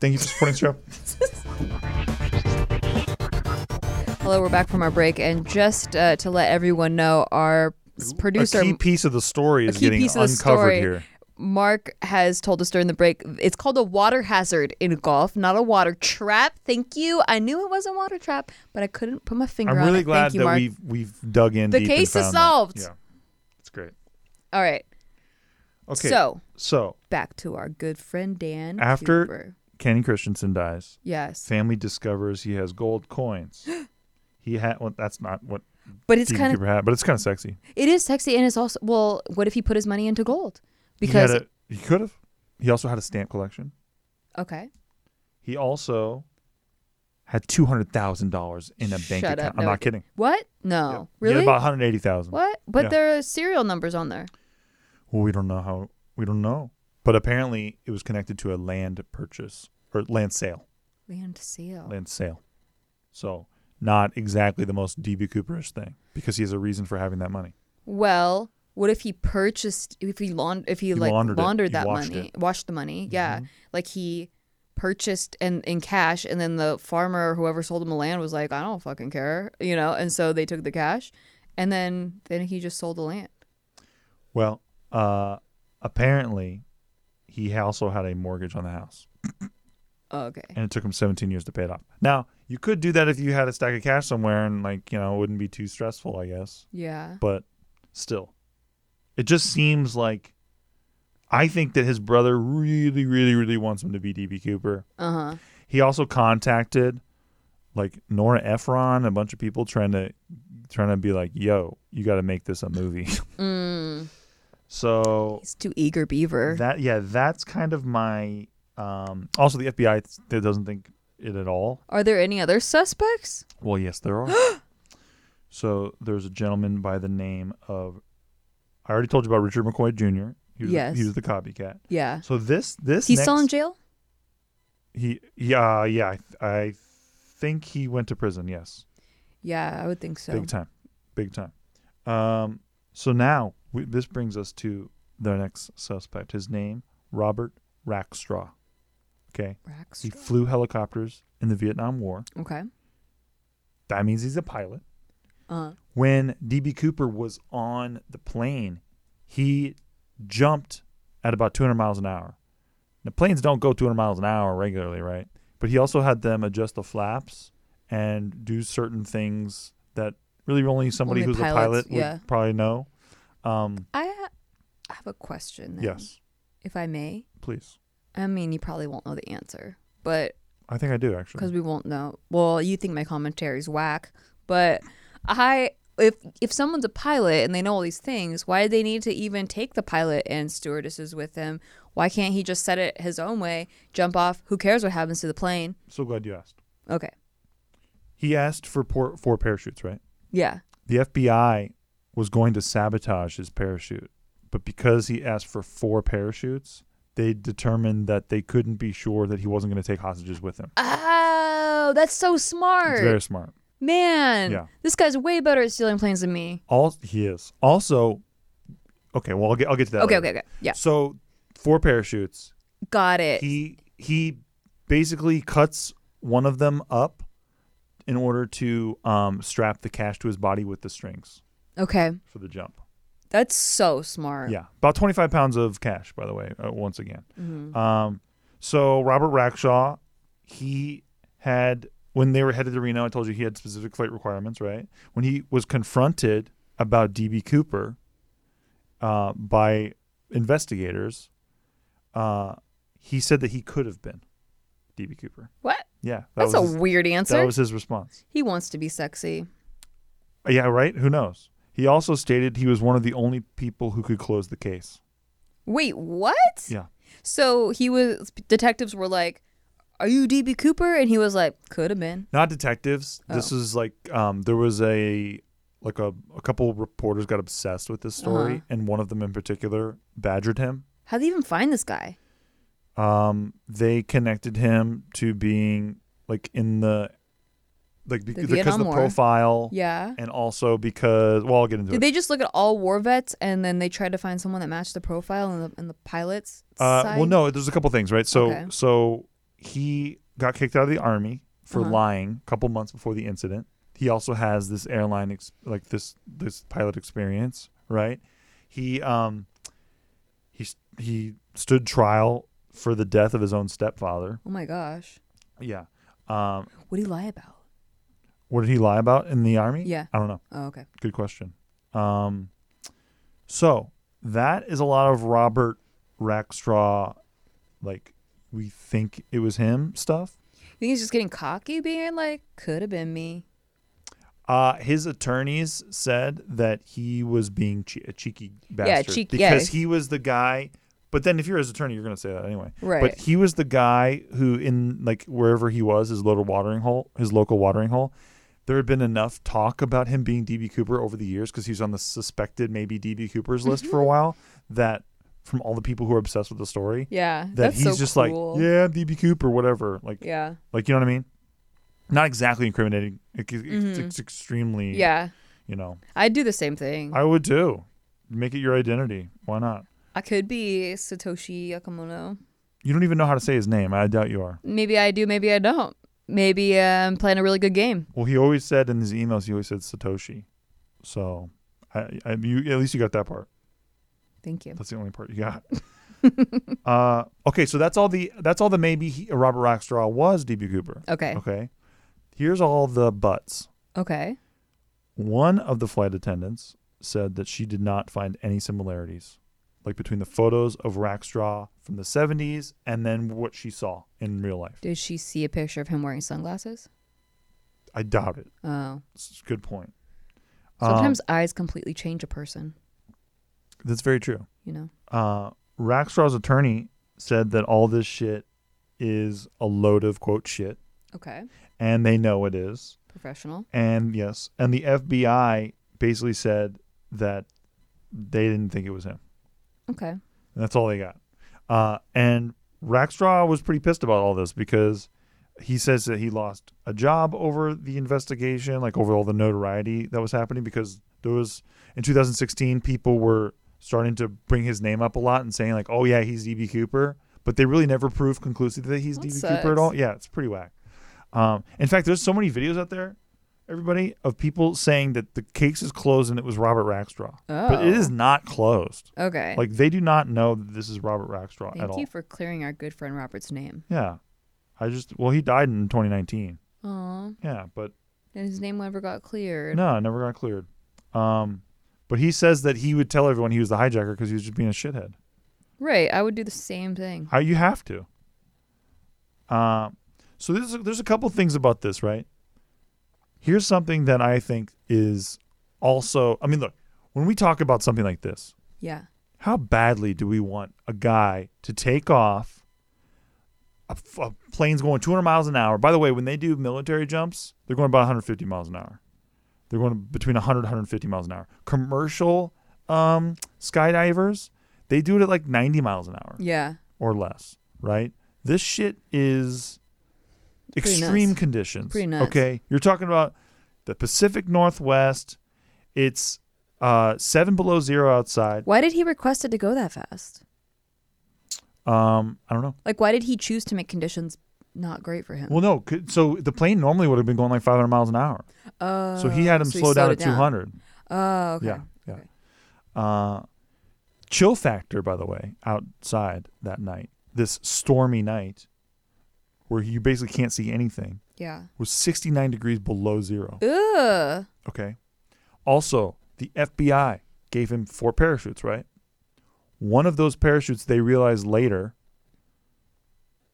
D: Thank you for supporting the show.
E: Hello, we're back from our break. And just uh, to let everyone know, our s- producer,
D: a key piece of the story
E: a
D: is
E: key
D: getting
E: piece of the
D: uncovered
E: story,
D: here.
E: Mark has told us during the break, it's called a water hazard in golf, not a water trap. Thank you. I knew it was a water trap, but I couldn't put my finger
D: I'm
E: on
D: really
E: it.
D: glad
E: Thank you,
D: that
E: Mark.
D: we've we've dug in.
E: The
D: deep and
E: case is
D: found that.
E: solved.
D: Yeah, it's great.
E: All right.
D: Okay,
E: So-
D: so
E: Back to our good friend, Dan.
D: after
E: Cooper.
D: Kenny Christensen dies,
E: Yes.
D: family discovers he has gold coins. he had well, that's not what
E: But it's
D: Deacon
E: kind of
D: Cooper had, but it's kind of sexy.
E: It is sexy, and it's also well. What if he put his money into gold?
D: He had
E: Because
D: a- he could have. He also had a stamp collection.
E: okay,
D: He also had two hundred thousand dollars in a bank
E: Shut
D: account.
E: up.
D: I'm
E: No,
D: not
E: it didn't.
D: kidding.
E: What? No.
D: He had
E: Really?
D: about one hundred eighty thousand.
E: what? But
D: Yeah.
E: there are serial numbers on there.
D: Well, we don't know how. We don't know. But apparently, it was connected to a land purchase or land sale.
E: Land seal.
D: Land sale. So not exactly the most DB Cooperish thing because he has a reason for having that money.
E: Well, what if he purchased if he laund if he,
D: He
E: like
D: laundered
E: laundered,
D: it. He
E: that
D: washed
E: money,
D: it. Mm-hmm.
E: washed the money? Yeah, like he purchased and in cash, and then the farmer or whoever sold him the land was like, I don't fucking care, you know, and so they took the cash, and then then he just sold the land.
D: Well, uh, apparently, he also had a mortgage on the house,
E: Oh, Okay,
D: and it took him 17 years to pay it off. Now, you could do that if you had a stack of cash somewhere, and like you know, it wouldn't be too stressful, I guess.
E: yeah,
D: but still it just seems like i think that his brother really really really wants him to be db cooper
E: uh huh,
D: he also contacted like nora ephron a bunch of people trying to trying to be like yo you got to make this a movie
E: mm.
D: so
E: he's too eager beaver.
D: that yeah that's kind of my um also the fbi th- that doesn't think it at all
E: Are there any other suspects?
D: well yes there are so there's a gentleman by the name of i already told you about richard mccoy jr he was,
E: Yes.
D: he was the copycat
E: Yeah,
D: So this this
E: he's
D: next,
E: still in jail.
D: He yeah yeah I, th- I think he went to prison. Yes,
E: Yeah, I would think so.
D: big time, big time. Um, so now we, this brings us to the next suspect. His name Robert Rackstraw. Okay, he
E: Rackstraw.
D: flew helicopters in the Vietnam War.
E: Okay.
D: That means he's a pilot.
E: Uh,
D: When DB Cooper was on the plane, he jumped at about 200 miles an hour. Now, planes don't go 200 miles an hour regularly, right? But he also had them adjust the flaps and do certain things that really only somebody
E: Only
D: who's a
E: pilots,
D: pilot
E: yeah.
D: would probably know. Um,
E: I ha- I have a question. Then,
D: yes,
E: if I may.
D: please.
E: I mean, you probably won't know the answer, but
D: I think I do actually.
E: because we won't know. Well, you think my commentary's whack, but I if if someone's a pilot and they know all these things, why do they need to even take the pilot and stewardesses with them? Why can't he just set it his own way, jump off? Who cares what happens to the plane?
D: So glad you asked.
E: Okay,
D: He asked for por- four parachutes, right?
E: yeah,
D: the FBI was going to sabotage his parachute, but because he asked for four parachutes, they determined that they couldn't be sure that he wasn't going to take hostages with him.
E: Oh, that's so smart.
D: It's very smart.
E: Man,
D: Yeah.
E: this guy's way better at stealing planes than me.
D: All he is also okay. Well, I'll get I'll get to that.
E: Okay,
D: later.
E: okay, okay. Yeah.
D: So four parachutes.
E: Got it.
D: He he basically cuts one of them up in order to um, strap the cash to his body with the strings
E: okay.
D: for the jump.
E: That's so smart.
D: Yeah, about 25 pounds of cash, by the way, uh, once again.
E: Mm-hmm.
D: Um, so Robert Rackshaw, he had when they were headed to Reno. I told you he had specific flight requirements, right? When he was confronted about DB Cooper uh, by investigators, uh, he said that he could have been DB Cooper.
E: What?
D: Yeah, that
E: That's a
D: was his-
E: weird answer.
D: That was his response.
E: He wants to be sexy.
D: Yeah, right. Who knows? He also stated he was one of the only people who could close the case.
E: Wait, what?
D: Yeah.
E: So he was detectives were like, "Are you DB Cooper?" And he was like, "Could have been."
D: not detectives. This
E: Oh.
D: is like um, there was a like a, a couple reporters got obsessed with this story,
E: Uh-huh.
D: and one of them in particular badgered him.
E: How would they even find this guy?
D: Um, they connected him to being like in the like because, because
E: Vietnam
D: of the
E: War.
D: profile,
E: Yeah.
D: and also because well, I'll get into
E: Did
D: it.
E: they just look at all war vets and then they tried to find someone that matched the profile and the and the pilot's
D: uh,
E: side?
D: well, no, there's a couple things, right? So
E: Okay.
D: so he got kicked out of the army for
E: Uh-huh.
D: lying a couple months before the incident. He also has this airline ex- like this this pilot experience, right? he um he s- he stood trial for the death of his own stepfather.
E: Oh my gosh,
D: Yeah. Um,
E: what did he lie about?
D: what did he lie about in the army?
E: Yeah.
D: I don't know.
E: Oh, okay.
D: Good question. Um, so that is a lot of Robert Rackstraw, like we think it was him stuff.
E: You think he's just getting cocky, being like, "Could have been me."
D: Uh, his attorneys said that he was being che- a cheeky bastard
E: cheek- yeah.
D: because he was the guy But then if you're his attorney, you're going to say that anyway.
E: Right.
D: But he was the guy who, in like wherever he was, his local watering hole, his local watering hole, there had been enough talk about him being DB Cooper over the years because he was on the suspected maybe DB Cooper's list for a while. That from all the people who are obsessed with the story,
E: Mm-hmm. Yeah,
D: that
E: that's
D: he's
E: so
D: just
E: cool.
D: like, yeah, DB Cooper, whatever. Like,
E: Yeah.
D: like you know what I mean? Not exactly incriminating. It- It's, it's extremely,
E: Mm-hmm. Yeah.
D: You know,
E: I'd do the same thing. I,
D: I would too. Make it your identity. Why not?
E: could be Satoshi Yakamono.
D: You don't even know how to say his name. I doubt you are.
E: Maybe I do, maybe I don't. Maybe uh, I'm playing a really good game.
D: Well, he always said in his emails, he always said Satoshi. So, I, I you at least you got that part.
E: Thank you.
D: That's the only part you got. uh, okay, so that's all the that's all the maybe he, Robert Rockstraw was DB Cooper.
E: Okay.
D: Okay. Here's all the buts.
E: Okay.
D: One of the flight attendants said that she did not find any similarities, like between the photos of Rackstraw from the 70s and then what she saw in real life.
E: Did she see a picture of him wearing sunglasses?
D: I doubt it.
E: Oh.
D: It's a good point. Um,
E: Sometimes eyes completely change a person,
D: that's very true.
E: you know?
D: Uh, Rackstraw's attorney said that all this shit is a load of quote shit,
E: Okay.
D: and they know it is.
E: Professional.
D: And yes, and the FBI basically said that they didn't think it was him.
E: Okay.
D: That's all they got. Uh, and Rackstraw was pretty pissed about all this because he says that he lost a job over the investigation, like over all the notoriety that was happening because there was in 2016 people were starting to bring his name up a lot and saying like, "Oh yeah, he's DB Cooper," but they really never proved conclusively that he's
E: That
D: DB
E: sucks.
D: Cooper at all. Yeah, it's pretty whack. Um, in fact, there's so many videos out there, everybody, of people saying that the case is closed and it was Robert Rackstraw, but it
E: Oh.
D: is not closed.
E: Okay.
D: Like they do not know that this is Robert Rackstraw
E: Thank
D: at all.
E: you for clearing our good friend Robert's name.
D: yeah, I just well he died in 2019.
E: Aw.
D: Yeah, but
E: And his name never got cleared.
D: no, it never got cleared. Um, but he says that he would tell everyone he was the hijacker because he was just being a shithead.
E: Right. I would do the same thing.
D: How you have to. Uh, so there's there's a couple things about this, right? Here's something that I think is also. I mean, look, when we talk about something like this,
E: Yeah.
D: how badly do we want a guy to take off? A, f- a plane's going 200 miles an hour. By the way, when they do military jumps, they're going about 150 miles an hour. They're going between 100 150 miles an hour. Commercial um, skydivers, they do it at like 90 miles an hour
E: Yeah.
D: or less, right? This shit is
E: Pretty nuts.
D: extreme conditions.
E: Pretty nuts.
D: Okay. You're talking about the Pacific Northwest. It's uh, seven below zero outside.
E: Why did he request it to go that fast?
D: Um, I don't know.
E: Like, why did he choose to make conditions not great for him?
D: Well, no. c- So the plane normally would have been going like 500 miles an hour.
E: Oh,
D: so he had him
E: so
D: slow down
E: slowed
D: at
E: it
D: 200.
E: Oh, okay.
D: Yeah. Yeah.
E: Okay.
D: Uh, chill factor, by the way, outside that night, this stormy night where you basically can't see anything,
E: Yeah.
D: was 69 degrees below zero. Oh.
E: Ugh.
D: Okay. Also, the FBI gave him four parachutes, right? One of those parachutes they realized later.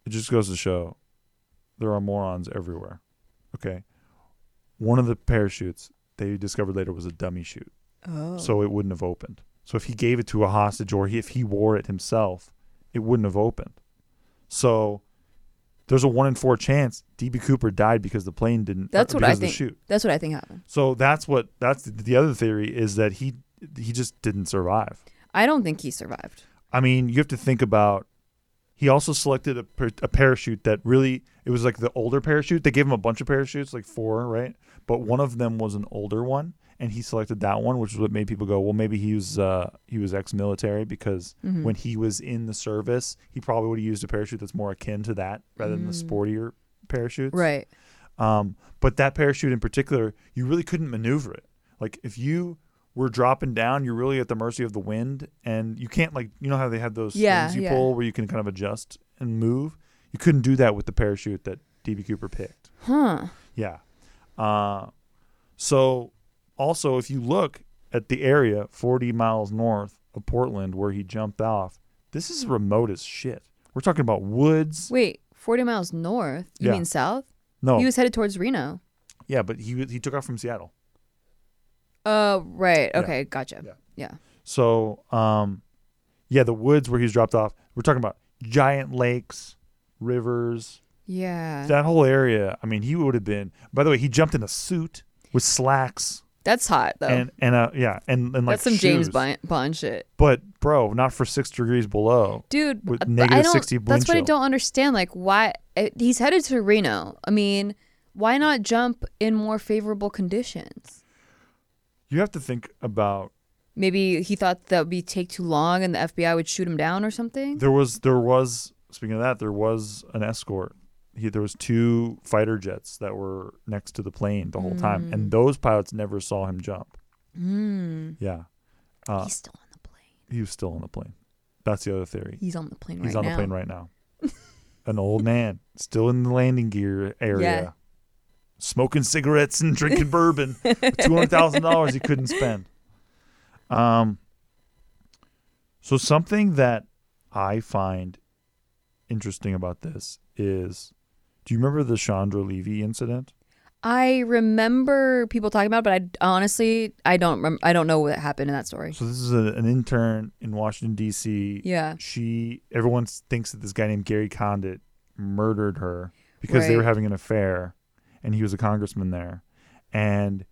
D: It just goes to show there are morons everywhere. Okay. One of the parachutes they discovered later was a dummy chute.
E: Oh.
D: So it wouldn't have opened. So if he gave it to a hostage or he, if he wore it himself, it wouldn't have opened. So there's a one in four chance DB Cooper died because the plane didn't. uh,
E: that's what I
D: because of the
E: think.
D: chute.
E: That's what I think happened.
D: So that's what that's the other theory is that he he just didn't survive.
E: I don't think he survived.
D: I mean, you have to think about. He also selected a, par- a parachute that really it was like the older parachute. They gave him a bunch of parachutes, like four, right? But one of them was an older one, and he selected that one, which is what made people go, "Well, maybe he was uh, he was ex-military because when he was in the service, he probably would have used a parachute that's more akin to that rather than the sportier parachutes."
E: Right.
D: Um, but that parachute in particular, you really couldn't maneuver it. Like if you were dropping down, you're really at the mercy of the wind, and you can't like you know how they have those
E: Yeah,
D: things you
E: yeah.
D: pull where you can kind of adjust and move. You couldn't do that with the parachute that DB Cooper picked.
E: Huh.
D: Yeah. Uh, so also, if you look at the area 40 miles north of Portland where he jumped off, this is remote as shit. We're talking about woods.
E: Wait. Forty miles north. You
D: Yeah.
E: mean south?
D: No,
E: He was headed towards Reno.
D: yeah, but he he took off from Seattle.
E: Uh. Right.
D: Yeah.
E: Okay. Gotcha.
D: Yeah.
E: Yeah.
D: So, um, Yeah, the woods where he's dropped off. We're talking about giant lakes, rivers,
E: Yeah.
D: that whole area. I mean, he would have been. By the way, he jumped in a suit with slacks
E: That's hot though.
D: and and uh yeah and and like
E: Oh. That's some James
D: shoes.
E: Bond, Bond shit.
D: But bro, not for six degrees below.
E: Dude,
D: With
E: but I
D: negative
E: don't,
D: 60 wind
E: That's what I
D: chill.
E: don't understand. Like, why eh, he's headed to Reno? I mean, why not jump in more favorable conditions?
D: You have to think about
E: Maybe he thought that would be take too long, and the FBI would shoot him down or something.
D: there was there was speaking of that there was an escort. He, there was two fighter jets that were next to the plane the whole time, and those pilots never saw him jump. Mm. Yeah, uh,
E: he's still on the plane.
D: he was still on the plane. That's the other theory.
E: He's on the plane right
D: He's on
E: now.
D: the plane right now. An old man, still in the landing gear area,
E: Yeah.
D: smoking cigarettes and drinking bourbon. Two hundred thousand dollars he couldn't spend. Um. So something that I find interesting about this is, do you remember the Chandra Levy incident?
E: I remember people talking about, it, but I honestly I don't rem- I don't know what happened in that story.
D: So this is a, an intern in Washington D.C.
E: Yeah.
D: She everyone thinks that this guy named Gary Condit murdered her because they were
E: Right.
D: having an affair, and he was a congressman there, and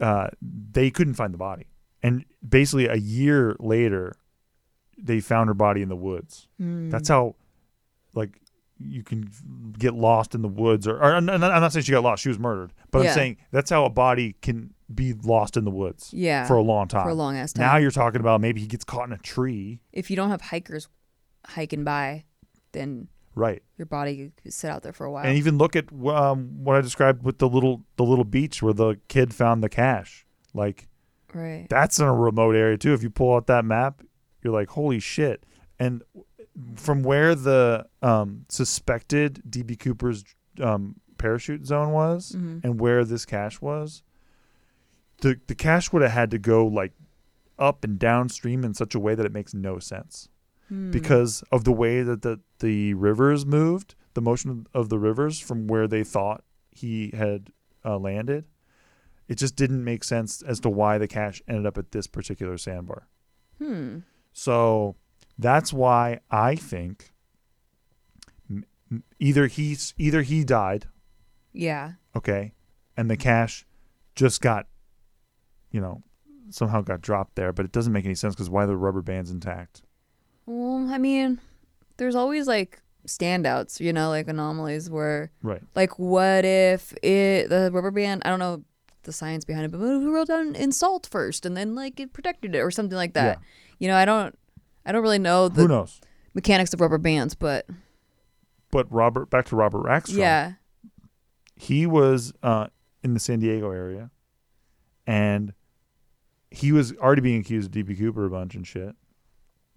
D: uh, they couldn't find the body. And basically, a year later, they found her body in the woods.
E: Hmm.
D: That's how, like, you can get lost in the woods. Or, or I'm not I'm not saying she got lost; she was murdered. But
E: Yeah.
D: I'm saying that's how a body can be lost in the woods.
E: Yeah.
D: for a long time.
E: For a long ass
D: Now
E: time.
D: you're talking about maybe he gets caught in a tree.
E: If you don't have hikers hiking by, then
D: Right.
E: your body could sit out there for a while.
D: And even look at um, what I described with the little the little beach where the kid found the cash. Like
E: right.
D: that's in a remote area too. If you pull out that map, you're like, holy shit! And from where the um, suspected DB Cooper's um, parachute zone was, and where this cache was, the the cache would have had to go like up and downstream in such a way that it makes no sense because of the way that the the rivers moved, the motion of the rivers from where they thought he had uh, landed it just didn't make sense as to why the cash ended up at this particular sandbar.
E: Hmm.
D: So that's why I think m- m- either he's either he died,
E: Yeah.
D: okay, and the cash just got, you know, somehow got dropped there, but it doesn't make any sense because why the rubber band's intact?
E: Well, I mean, there's always like standouts, you know, like anomalies where,
D: Right.
E: like, what if it the rubber band? I don't know the science behind it, but what if we rolled down in salt first and then like it protected it or something like that?
D: Yeah.
E: You know, I don't, I don't really know
D: Who
E: the
D: knows?
E: mechanics of rubber bands, but
D: But Robert, back to Robert Rackstrom.
E: yeah,
D: he was uh, in the San Diego area, and he was already being accused of DB Cooper a bunch and shit,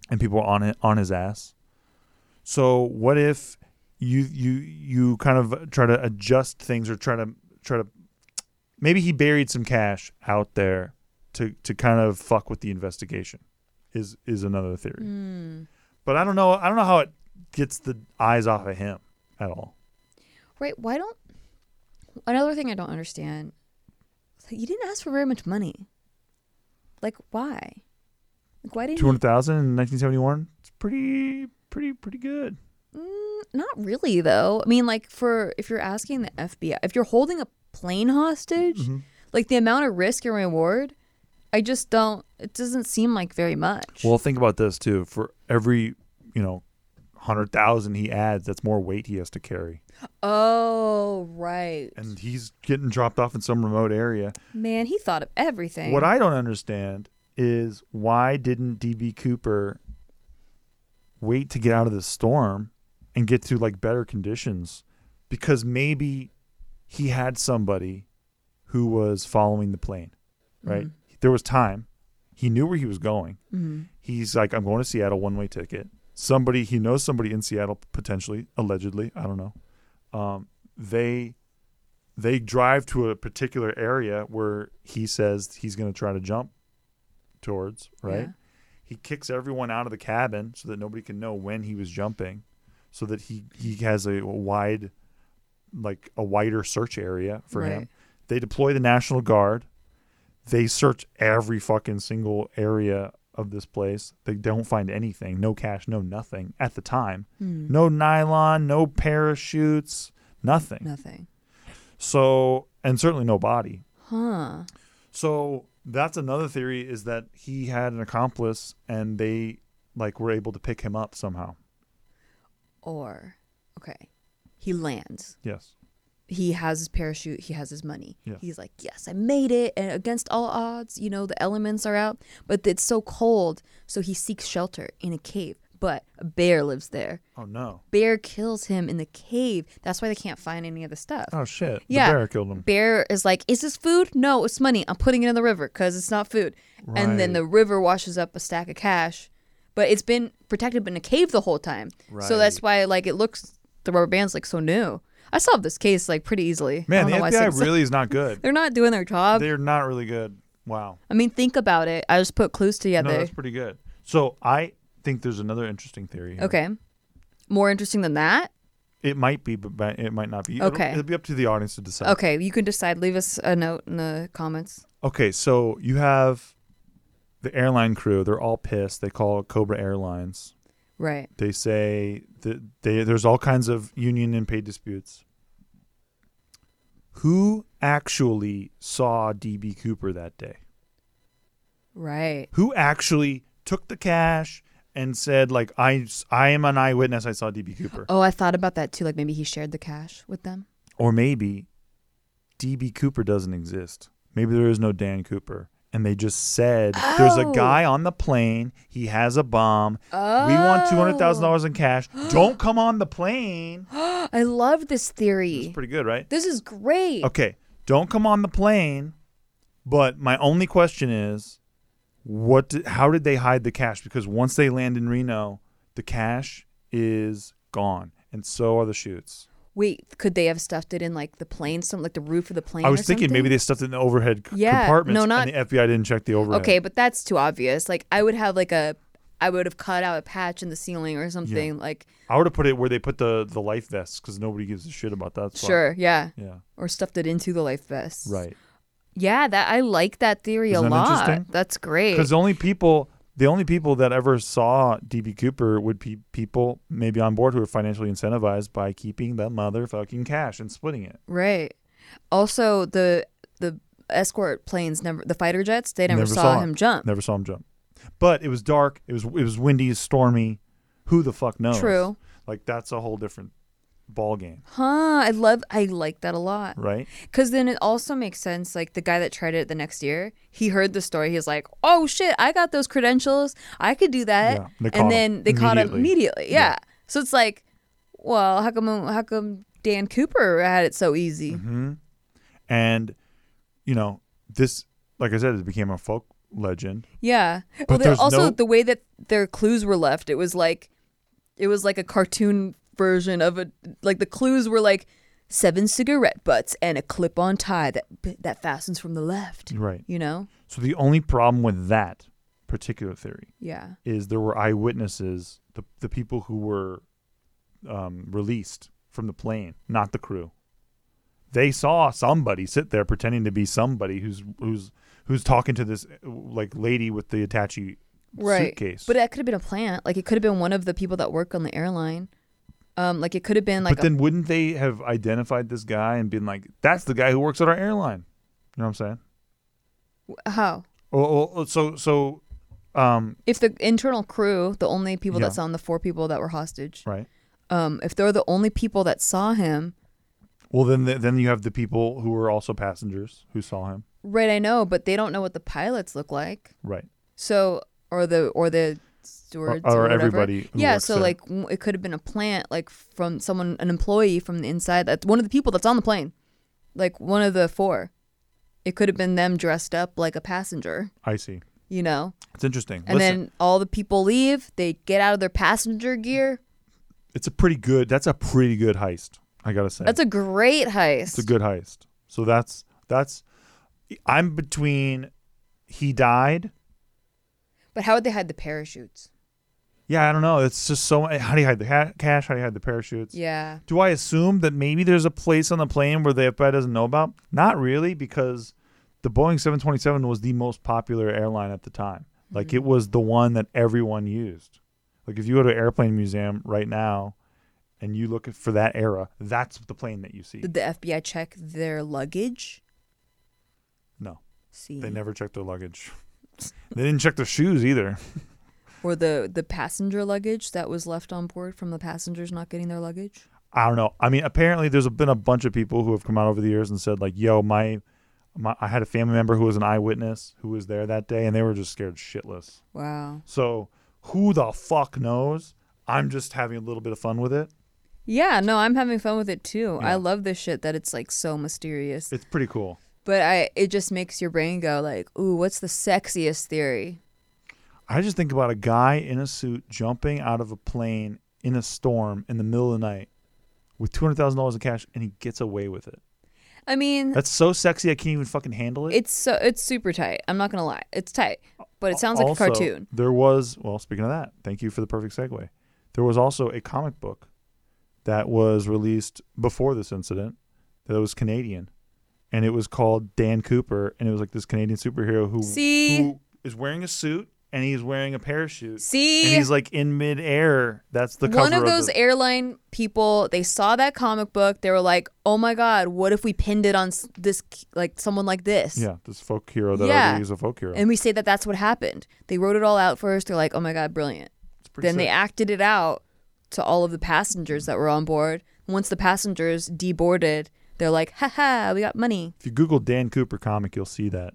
D: and people were on it, on his ass. So what if you you you kind of try to adjust things or try to try to maybe he buried some cash out there to to kind of fuck with the investigation is is another theory. But I don't know I don't know how it gets the eyes off of him at all.
E: right. Why don't? Another thing I don't understand, it's like, you didn't ask for very much money. Like, why? Like, why didn't
D: Two
E: you?
D: hundred thousand in nineteen seventy one. It's pretty, pretty, pretty good.
E: Mm, not really, though. I mean, like for if you're asking the FBI, if you're holding a plane hostage,
D: Mm-hmm.
E: like the amount of risk and reward, I just don't. It doesn't seem like very much.
D: Well, think about this too. For every, you know, hundred thousand he adds, that's more weight he has to carry,
E: oh right,
D: and he's getting dropped off in some remote area.
E: man, he thought of everything.
D: What I don't understand is why didn't DB Cooper wait to get out of the storm and get to like better conditions? Because maybe he had somebody who was following the plane, right? There was time. He knew where he was going. He's like, I'm going to Seattle, one way ticket. Somebody, he knows somebody in Seattle, potentially, allegedly, I don't know. Um, they they drive to a particular area where he says he's going to try to jump towards, right?
E: Yeah.
D: He kicks everyone out of the cabin so that nobody can know when he was jumping, so that he he has a wide, like a wider search area for
E: Right.
D: him. They deploy the National Guard. They search every fucking single area of this place. They don't find anything, no cash, no nothing at the time.
E: Hmm.
D: No nylon, no parachutes, nothing.
E: Nothing.
D: So, and certainly no body.
E: Huh.
D: So that's another theory is that he had an accomplice and they like were able to pick him up somehow.
E: Or, okay, he lands.
D: Yes.
E: He has his parachute. He has his money.
D: Yeah.
E: He's like, yes, I made it. And against all odds, you know, the elements are out, but it's so cold. So he seeks shelter in a cave. But a bear lives there.
D: Oh no.
E: Bear kills him in the cave. That's why they can't find any of the stuff.
D: Oh shit.
E: yeah.
D: The bear killed him.
E: Bear is like, is this food? No, it's money. I'm putting it in the river because it's not food. And then
D: Right.
E: the river washes up a stack of cash, but it's been protected in a cave the whole time. So that's why like it looks the rubber bands like so new. I solved this case like pretty easily. I
D: Man,
E: don't
D: the
E: know why I said
D: FBI
E: so.
D: really is not good.
E: They're not doing their job.
D: They're not really good. Wow.
E: I mean, think about it. I just put clues
D: no,
E: together.
D: that's pretty good. So I think there's another interesting theory. Here.
E: okay. More interesting than that?
D: It might be, but but it might not be. It'll-
E: Okay.
D: It'll, be up to the audience to decide.
E: Okay, you can decide. Leave us a note in the comments.
D: Okay, so you have the airline crew. They're all pissed. They call Cobra Airlines.
E: Right.
D: They say that they, there's all kinds of union and pay disputes. Who actually saw DB Cooper that day?
E: Right.
D: Who actually took the cash and said like I I am an eyewitness. I saw DB Cooper.
E: Oh, I thought about that too. Like maybe he shared the cash with them.
D: Or maybe DB Cooper doesn't exist. Maybe there is no Dan Cooper. And they just said there's a
E: Oh.
D: guy on the plane. He has a bomb. We want two hundred thousand dollars in cash. Don't come on the plane.
E: I love this
D: It's
E: theory.
D: pretty good, right?
E: This is great.
D: Okay. Don't come on the plane. But my only question is, what? Did, how did they hide the cash? Because once they land in Reno, the cash is gone, and so are the shoots.
E: Wait, could they have stuffed it in like the plane, some like the roof of the plane?
D: I
E: or
D: was thinking maybe
E: something?
D: they stuffed it in the overhead c-
E: Yeah,
D: compartments
E: no, not-
D: and the FBI didn't check the overhead.
E: Okay, but that's too obvious. Like I would have like a, I would have cut out a patch in the ceiling or something. Like
D: I would have put it where they put the, the life vests because nobody gives a shit about that. spot.
E: sure, yeah,
D: Yeah.
E: or stuffed it into the life vest.
D: Right.
E: Yeah, that I like that theory
D: Isn't
E: a
D: that
E: lot.
D: interesting?
E: That's great.
D: Because the only people the only people that ever saw DB Cooper would be people maybe on board who were financially incentivized by keeping the motherfucking cash and splitting it.
E: Right. Also, the the escort planes never the fighter jets they never, saw, him jump.
D: Never saw him jump. But it was dark. It was it was windy, stormy. Who the fuck knows?
E: True.
D: Like that's a whole different ball game,
E: Huh. I love. I like that a lot.
D: right?
E: Because then it also makes sense. Like the guy that tried it the next year, he heard the story. He's like, "Oh shit, I got those credentials. I could do that."
D: Yeah, they caught him
E: and then they caught him
D: immediately.
E: immediately. Yeah. So it's like, well, how come how come Dan Cooper had it so easy?
D: Mm-hmm. And you know this, like I said, it became a folk legend.
E: Yeah.
D: But
E: well, then
D: there's
E: also
D: no-
E: the way that their clues were left, it was like, it was like a cartoon version of a like the clues were like seven cigarette butts and a clip-on tie that that fastens from the left.
D: Right.
E: You know.
D: So the only problem with that particular theory
E: Yeah.
D: is there were eyewitnesses, the the people who were um, released from the plane, not the crew. They saw somebody sit there pretending to be somebody who's who's who's talking to this uh, like lady with the attache suitcase.
E: But that could have been a plant. Like it could have been one of the people that work on the airline. Um, like it could have been like
D: but then wouldn't they have identified this guy and been like, "That's the guy who works at our airline"? You know what I'm saying?
E: a, how
D: Well, well, so so, um,
E: if the internal crew, the only people
D: Yeah.
E: that's on the four people that were hostage,
D: right.
E: um, if they're the only people that saw him,
D: Well, then the, then you have the people who were also passengers who saw him,
E: right? I know, but they don't know what the pilots look like.
D: right?
E: So, or the or the stewards
D: Or- or
E: or, whatever.
D: everybody who
E: Yeah.
D: works
E: So
D: there.
E: like w- it could have been a plant, like from someone, an employee from the inside. That one of the people that's on the plane, like one of the four. It could have been them dressed up like a passenger.
D: I see.
E: You know.
D: It's interesting.
E: And
D: Listen,
E: then all the people leave. They get out of their passenger gear.
D: it's a pretty good. That's a pretty good heist. I gotta say,
E: That's a great heist.
D: it's a good heist. So that's that's. I'm between. He died.
E: but how would they hide the parachutes?
D: Yeah, I don't know. It's just so. How do you hide the ha- cash? How do you hide the parachutes?
E: Yeah.
D: Do I assume that maybe there's a place on the plane where the FBI doesn't know about? Not really, because the Boeing 727 was the most popular airline at the time. Like it was the one that everyone used. Like if you go to an airplane museum right now and you look for that era, that's the plane that you see.
E: Did the FBI check their luggage?
D: No.
E: See,
D: They never checked their luggage. They didn't check their shoes either.
E: or the the passenger luggage that was left on board from the passengers not getting their luggage.
D: I don't know. I mean, apparently there's been a bunch of people who have come out over the years and said like, "Yo, my, my I had a family member who was an eyewitness who was there that day, and they were just scared shitless."
E: Wow.
D: So who the fuck knows? I'm just having a little bit of fun with it.
E: Yeah, no, I'm having fun with it too.
D: Yeah.
E: I love this shit that it's like so mysterious.
D: It's pretty cool.
E: but I it just makes your brain go like, "Ooh, what's the sexiest theory?"
D: I just think about a guy in a suit jumping out of a plane in a storm in the middle of the night with two hundred thousand dollars in cash, and he gets away with it.
E: I mean,
D: That's so sexy. I can't even fucking handle it.
E: it's so it's super tight. I'm not going to lie. It's tight, but it sounds like
D: Also,
E: a cartoon.
D: There was, well, speaking of that, thank you for the perfect segue. There was also a comic book that was released before this incident that was Canadian. And it was called Dan Cooper. And it was like this Canadian superhero who,
E: See?
D: who is wearing a suit and he's wearing a parachute.
E: See?
D: And he's like in midair. That's the cover
E: One of those
D: the-
E: airline people, they saw that comic book. They were like, "Oh my god, what if we pinned it on s- this k- like someone like this?"
D: Yeah, this folk hero that I
E: Yeah.
D: believe is a folk hero.
E: And we say that that's what happened. They wrote it all out first. They're like, "Oh my god, brilliant."
D: It's pretty
E: Then they
D: sick.
E: acted it out to all of the passengers that were on board. Once the passengers deboarded, they're like, "Ha ha, we got money."
D: If you Google Dan Cooper comic, you'll see that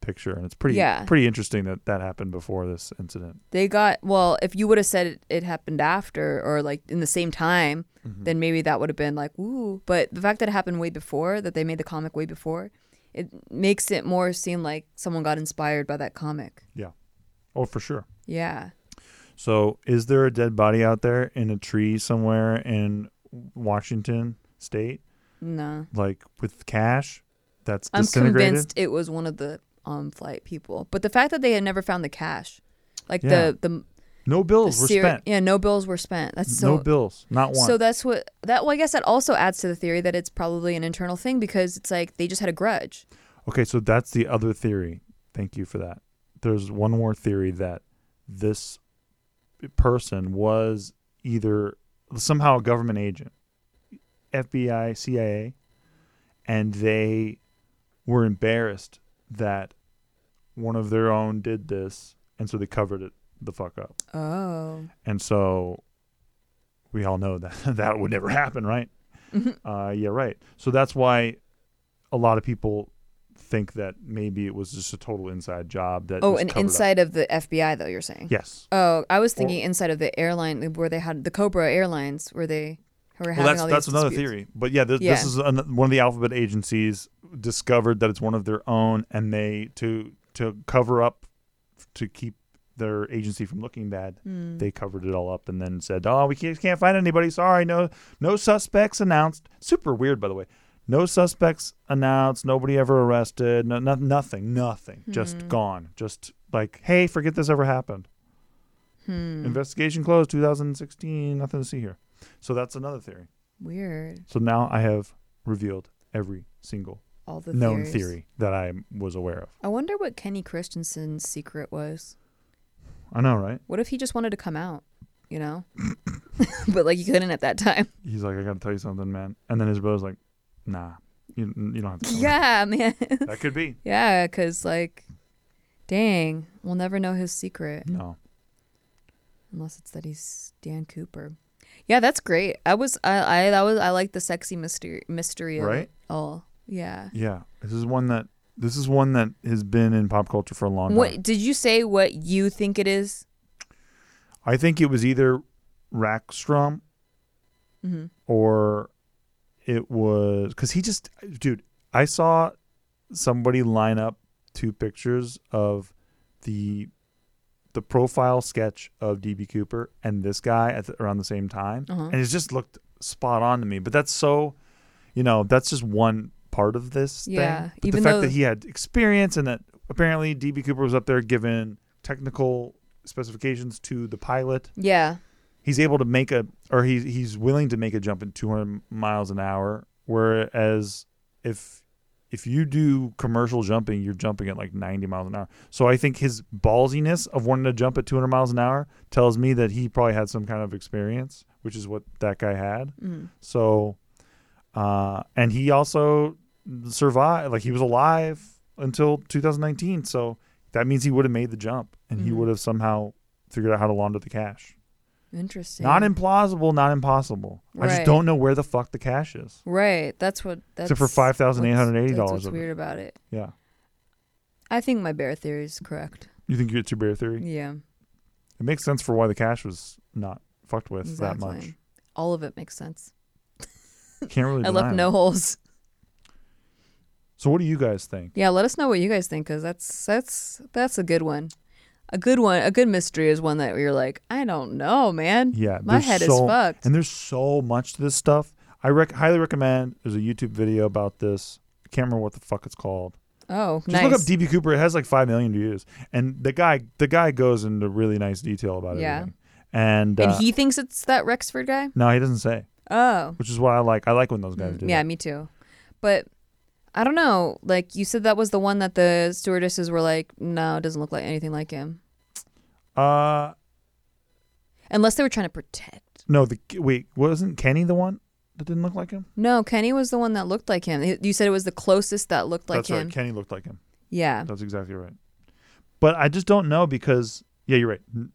D: picture. And it's pretty,
E: Yeah.
D: pretty interesting that that happened before this incident.
E: They got well. If you would have said it, it happened after or like in the same time,
D: Mm-hmm.
E: then maybe that would have been like ooh. But the fact that it happened way before, that they made the comic way before, it makes it more seem like someone got inspired by that comic.
D: Yeah. Oh, for sure.
E: Yeah.
D: So, is there a dead body out there in a tree somewhere in Washington state,
E: No,
D: like with cash that's
E: I'm
D: disintegrated?
E: convinced it was one of the on flight people. But the fact that they had never found the cash, like
D: Yeah.
E: the the
D: No bills were
E: seri-
D: spent.
E: yeah, no bills were spent. That's so
D: no bills, not one.
E: So that's what that. Well, I guess that also adds to the theory that it's probably an internal thing because it's like they just had a grudge.
D: okay, so that's the other theory. Thank you for that. There's one more theory that this person was either somehow a government agent, FBI, CIA, and they were embarrassed that one of their own did this, and so they covered it the fuck up.
E: Oh,
D: And so we all know that that would never happen, right?
E: Mm-hmm.
D: Uh, yeah, right. So that's why a lot of people think that maybe it was just a total inside job that
E: oh,
D: was
E: and
D: covered up.
E: inside of the FBI though. You're saying.
D: Yes.
E: Oh, I was thinking inside of the airline where they had the Cobra Airlines where they who were having
D: well, that's
E: all these
D: that's another
E: disputes.
D: theory. But yeah, this, this
E: Yeah.
D: is an, one of the alphabet agencies discovered that it's one of their own, and they to to cover up to keep their agency from looking bad. They covered it all up and then said, "Oh, we can't, can't find anybody. Sorry, no no suspects announced." Super weird, by the way. No suspects announced. Nobody ever arrested. No, no nothing. Nothing. Just gone. Just like, hey, forget this ever happened. Investigation closed 2016. Nothing to see here. So that's another theory.
E: Weird.
D: So now I have revealed every single
E: All the
D: known
E: theories.
D: theory that I was aware of.
E: I wonder what Kenny Christensen's secret was.
D: I know, right?
E: What if he just wanted to come out? You know, but like he couldn't at that time.
D: He's like, I gotta tell you something, man. And then his brother's like, Nah, you, you don't have to. Tell me."
E: Yeah, man.
D: that could be.
E: yeah, because like, dang, we'll never know his secret.
D: No,
E: unless it's that he's Dan Cooper. Yeah, that's great. I was I I that was I like the sexy mystery mystery of
D: Right?
E: it all. Yeah.
D: yeah, this is one that this is one that has been in pop culture for a long time.
E: What did you say? What you think it is?
D: I think it was either Rackstrom
E: Mm-hmm.
D: or it was because he just, dude, I saw somebody line up two pictures of the the profile sketch of DB Cooper and this guy at the, around the same time,
E: Uh-huh.
D: and it just looked spot on to me. But that's so, you know, that's just one part of this.
E: Yeah,
D: thing. But
E: even
D: the fact
E: though-
D: that he had experience and that apparently DB Cooper was up there giving technical specifications to the pilot.
E: Yeah.
D: He's able to make a, or he's he's willing to make a jump at 200 miles an hour, whereas if if you do commercial jumping, you're jumping at like 90 miles an hour. So I think his ballsiness of wanting to jump at 200 miles an hour tells me that he probably had some kind of experience, which is what that guy had. So, uh, and he also survived. Like he was alive until 2019. So that means he would have made the jump and he would have somehow figured out how to launder the cash.
E: Interesting.
D: Not implausible, not impossible. I just
E: Right.
D: don't know where the fuck the cash is.
E: Right. That's what. That's,
D: Except for $5,880
E: that's What's
D: of it.
E: weird about it?
D: Yeah.
E: I think my bear theory is correct.
D: You think it's your bear theory?
E: Yeah.
D: It makes sense for why the cash was not fucked with
E: Exactly.
D: that much.
E: All of it makes sense.
D: Can't really.
E: I left
D: deny
E: no
D: it.
E: holes.
D: So what do you guys think?
E: Yeah. Let us know what you guys think, because that's that's that's a good one. A good one. A good mystery is one that you're like, I don't know, man.
D: Yeah,
E: My
D: there's
E: head
D: so-
E: is fucked.
D: And there's so much to this stuff. I rec- highly recommend. There's a YouTube video about this. I can't remember what the fuck it's called.
E: oh,
D: Just
E: nice.
D: look up DB Cooper. It has like five million views, and the guy the guy goes into really nice detail about
E: Yeah.
D: everything. And,
E: and
D: uh,
E: he thinks it's that Rexford guy.
D: no, he doesn't say,
E: Oh.
D: which is what I like. I like when those guys do.
E: Mm. Yeah,
D: that.
E: me too. But I don't know. Like you said, that was the one that the stewardesses were like, "No, it doesn't look like anything like him,"
D: Uh,
E: unless they were trying to protect.
D: no, the wait, wasn't Kenny the one that didn't look like him?
E: No, Kenny was the one that looked like him. You said it was the closest that looked like
D: That's
E: him.
D: right. Kenny looked like him.
E: yeah,
D: That's exactly right. But I just don't know because yeah, you're right. N-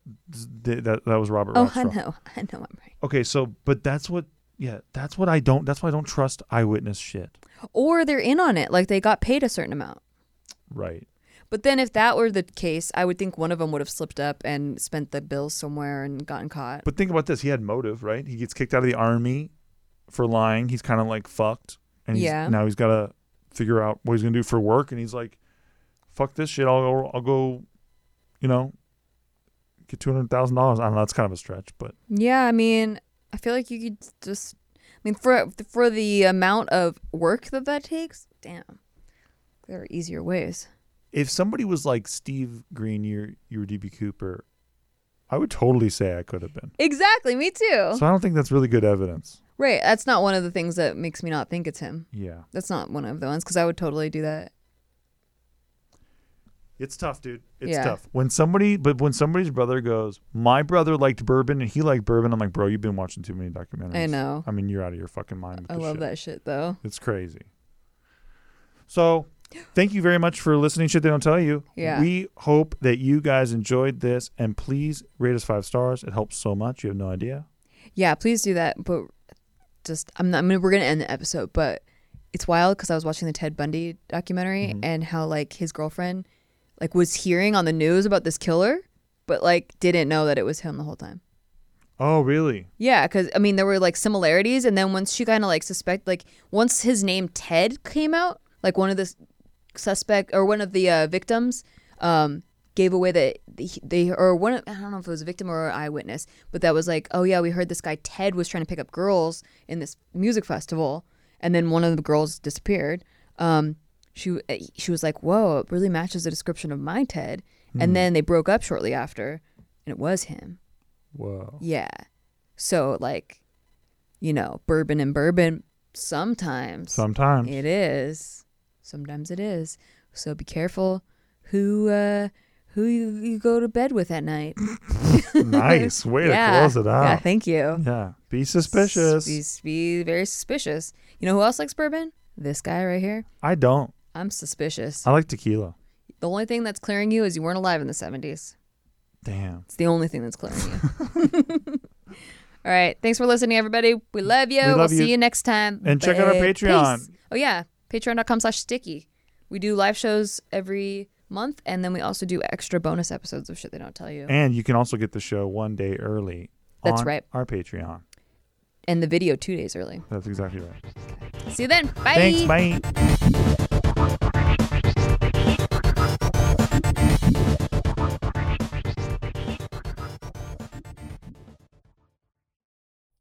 D: th- That that was Robert.
E: Oh, I
D: Rothschild.
E: know. I know I'm right.
D: Okay, so but that's what yeah, that's what I don't. That's why I don't trust eyewitness shit.
E: Or they're in on it. Like they got paid a certain amount.
D: Right.
E: But then if that were the case, I would think one of them would have slipped up and spent the bill somewhere and gotten caught.
D: But think about this. He had motive, right? He gets kicked out of the army for lying. He's kind of like fucked, and he's,
E: Yeah.
D: now he's got to figure out what he's gonna do for work. And he's like, "Fuck this shit. I'll go. I'll go. You know, get two hundred thousand dollars. I don't know. That's kind of a stretch, but
E: Yeah, I mean, I feel like you could just. I mean, for for the amount of work that that takes, damn, there are easier ways.
D: if somebody was like Steve Green, you you were DB Cooper, I would totally say I could have been.
E: Exactly, me too.
D: So I don't think that's really good evidence.
E: right, that's not one of the things that makes me not think it's him.
D: Yeah,
E: That's not one of the ones because I would totally do that.
D: it's tough, dude. It's
E: Yeah.
D: tough when somebody, but when somebody's brother goes, my brother liked bourbon and he liked bourbon. I'm like, bro, you've been watching too many documentaries.
E: I know.
D: I mean, you're out of your fucking mind. With
E: I
D: this
E: love
D: shit.
E: that shit though.
D: It's crazy. So, thank you very much for listening. Shit, they don't tell you.
E: Yeah.
D: We hope that you guys enjoyed this, and please rate us five stars. It helps so much. You have no idea.
E: Yeah, please do that. But just, I'm not. I mean, we're gonna end the episode, but it's wild because I was watching the Ted Bundy documentary and how like his girlfriend, like, was hearing on the news about this killer, but like didn't know that it was him the whole time.
D: Oh, really?
E: Yeah, because I mean, there were like similarities, and then once she kind of like suspect, like once his name Ted came out, like one of the s- suspect or one of the uh, victims um, gave away that he- they or one of, I don't know if it was a victim or an eyewitness, but that was like, oh yeah, we heard this guy Ted was trying to pick up girls in this music festival, and then one of the girls disappeared. Um, she eh, she was like, whoa, it really matches the description of my Ted, and then they broke up shortly after, and it was him.
D: Whoa.
E: Yeah. So like, you know, bourbon and bourbon sometimes
D: Sometimes.
E: it is. Sometimes it is. So be careful who uh who you, you go to bed with at night.
D: nice. Way
E: yeah.
D: to close it out.
E: Yeah, thank you.
D: Yeah. Be suspicious.
E: Be, be very suspicious. You know who else likes bourbon? This guy right here.
D: I don't.
E: I'm suspicious.
D: I like tequila.
E: the only thing that's clearing you is you weren't alive in the 70s.
D: Damn.
E: It's the only thing that's clearing you. All right. Thanks for listening, everybody. We love you.
D: We love
E: will
D: you.
E: see you next time.
D: And check out our
E: Bye.
D: Patreon.
E: Peace. Oh, yeah. Patreon.com slash sticky. We do live shows every month, and then we also do extra bonus episodes of shit they don't tell you. And,
D: And you can also get the show one day early.
E: That's
D: on
E: right.
D: Our Patreon.
E: the video two days early.
D: That's exactly right.
E: See you then. Bye.
D: Thanks. Bye.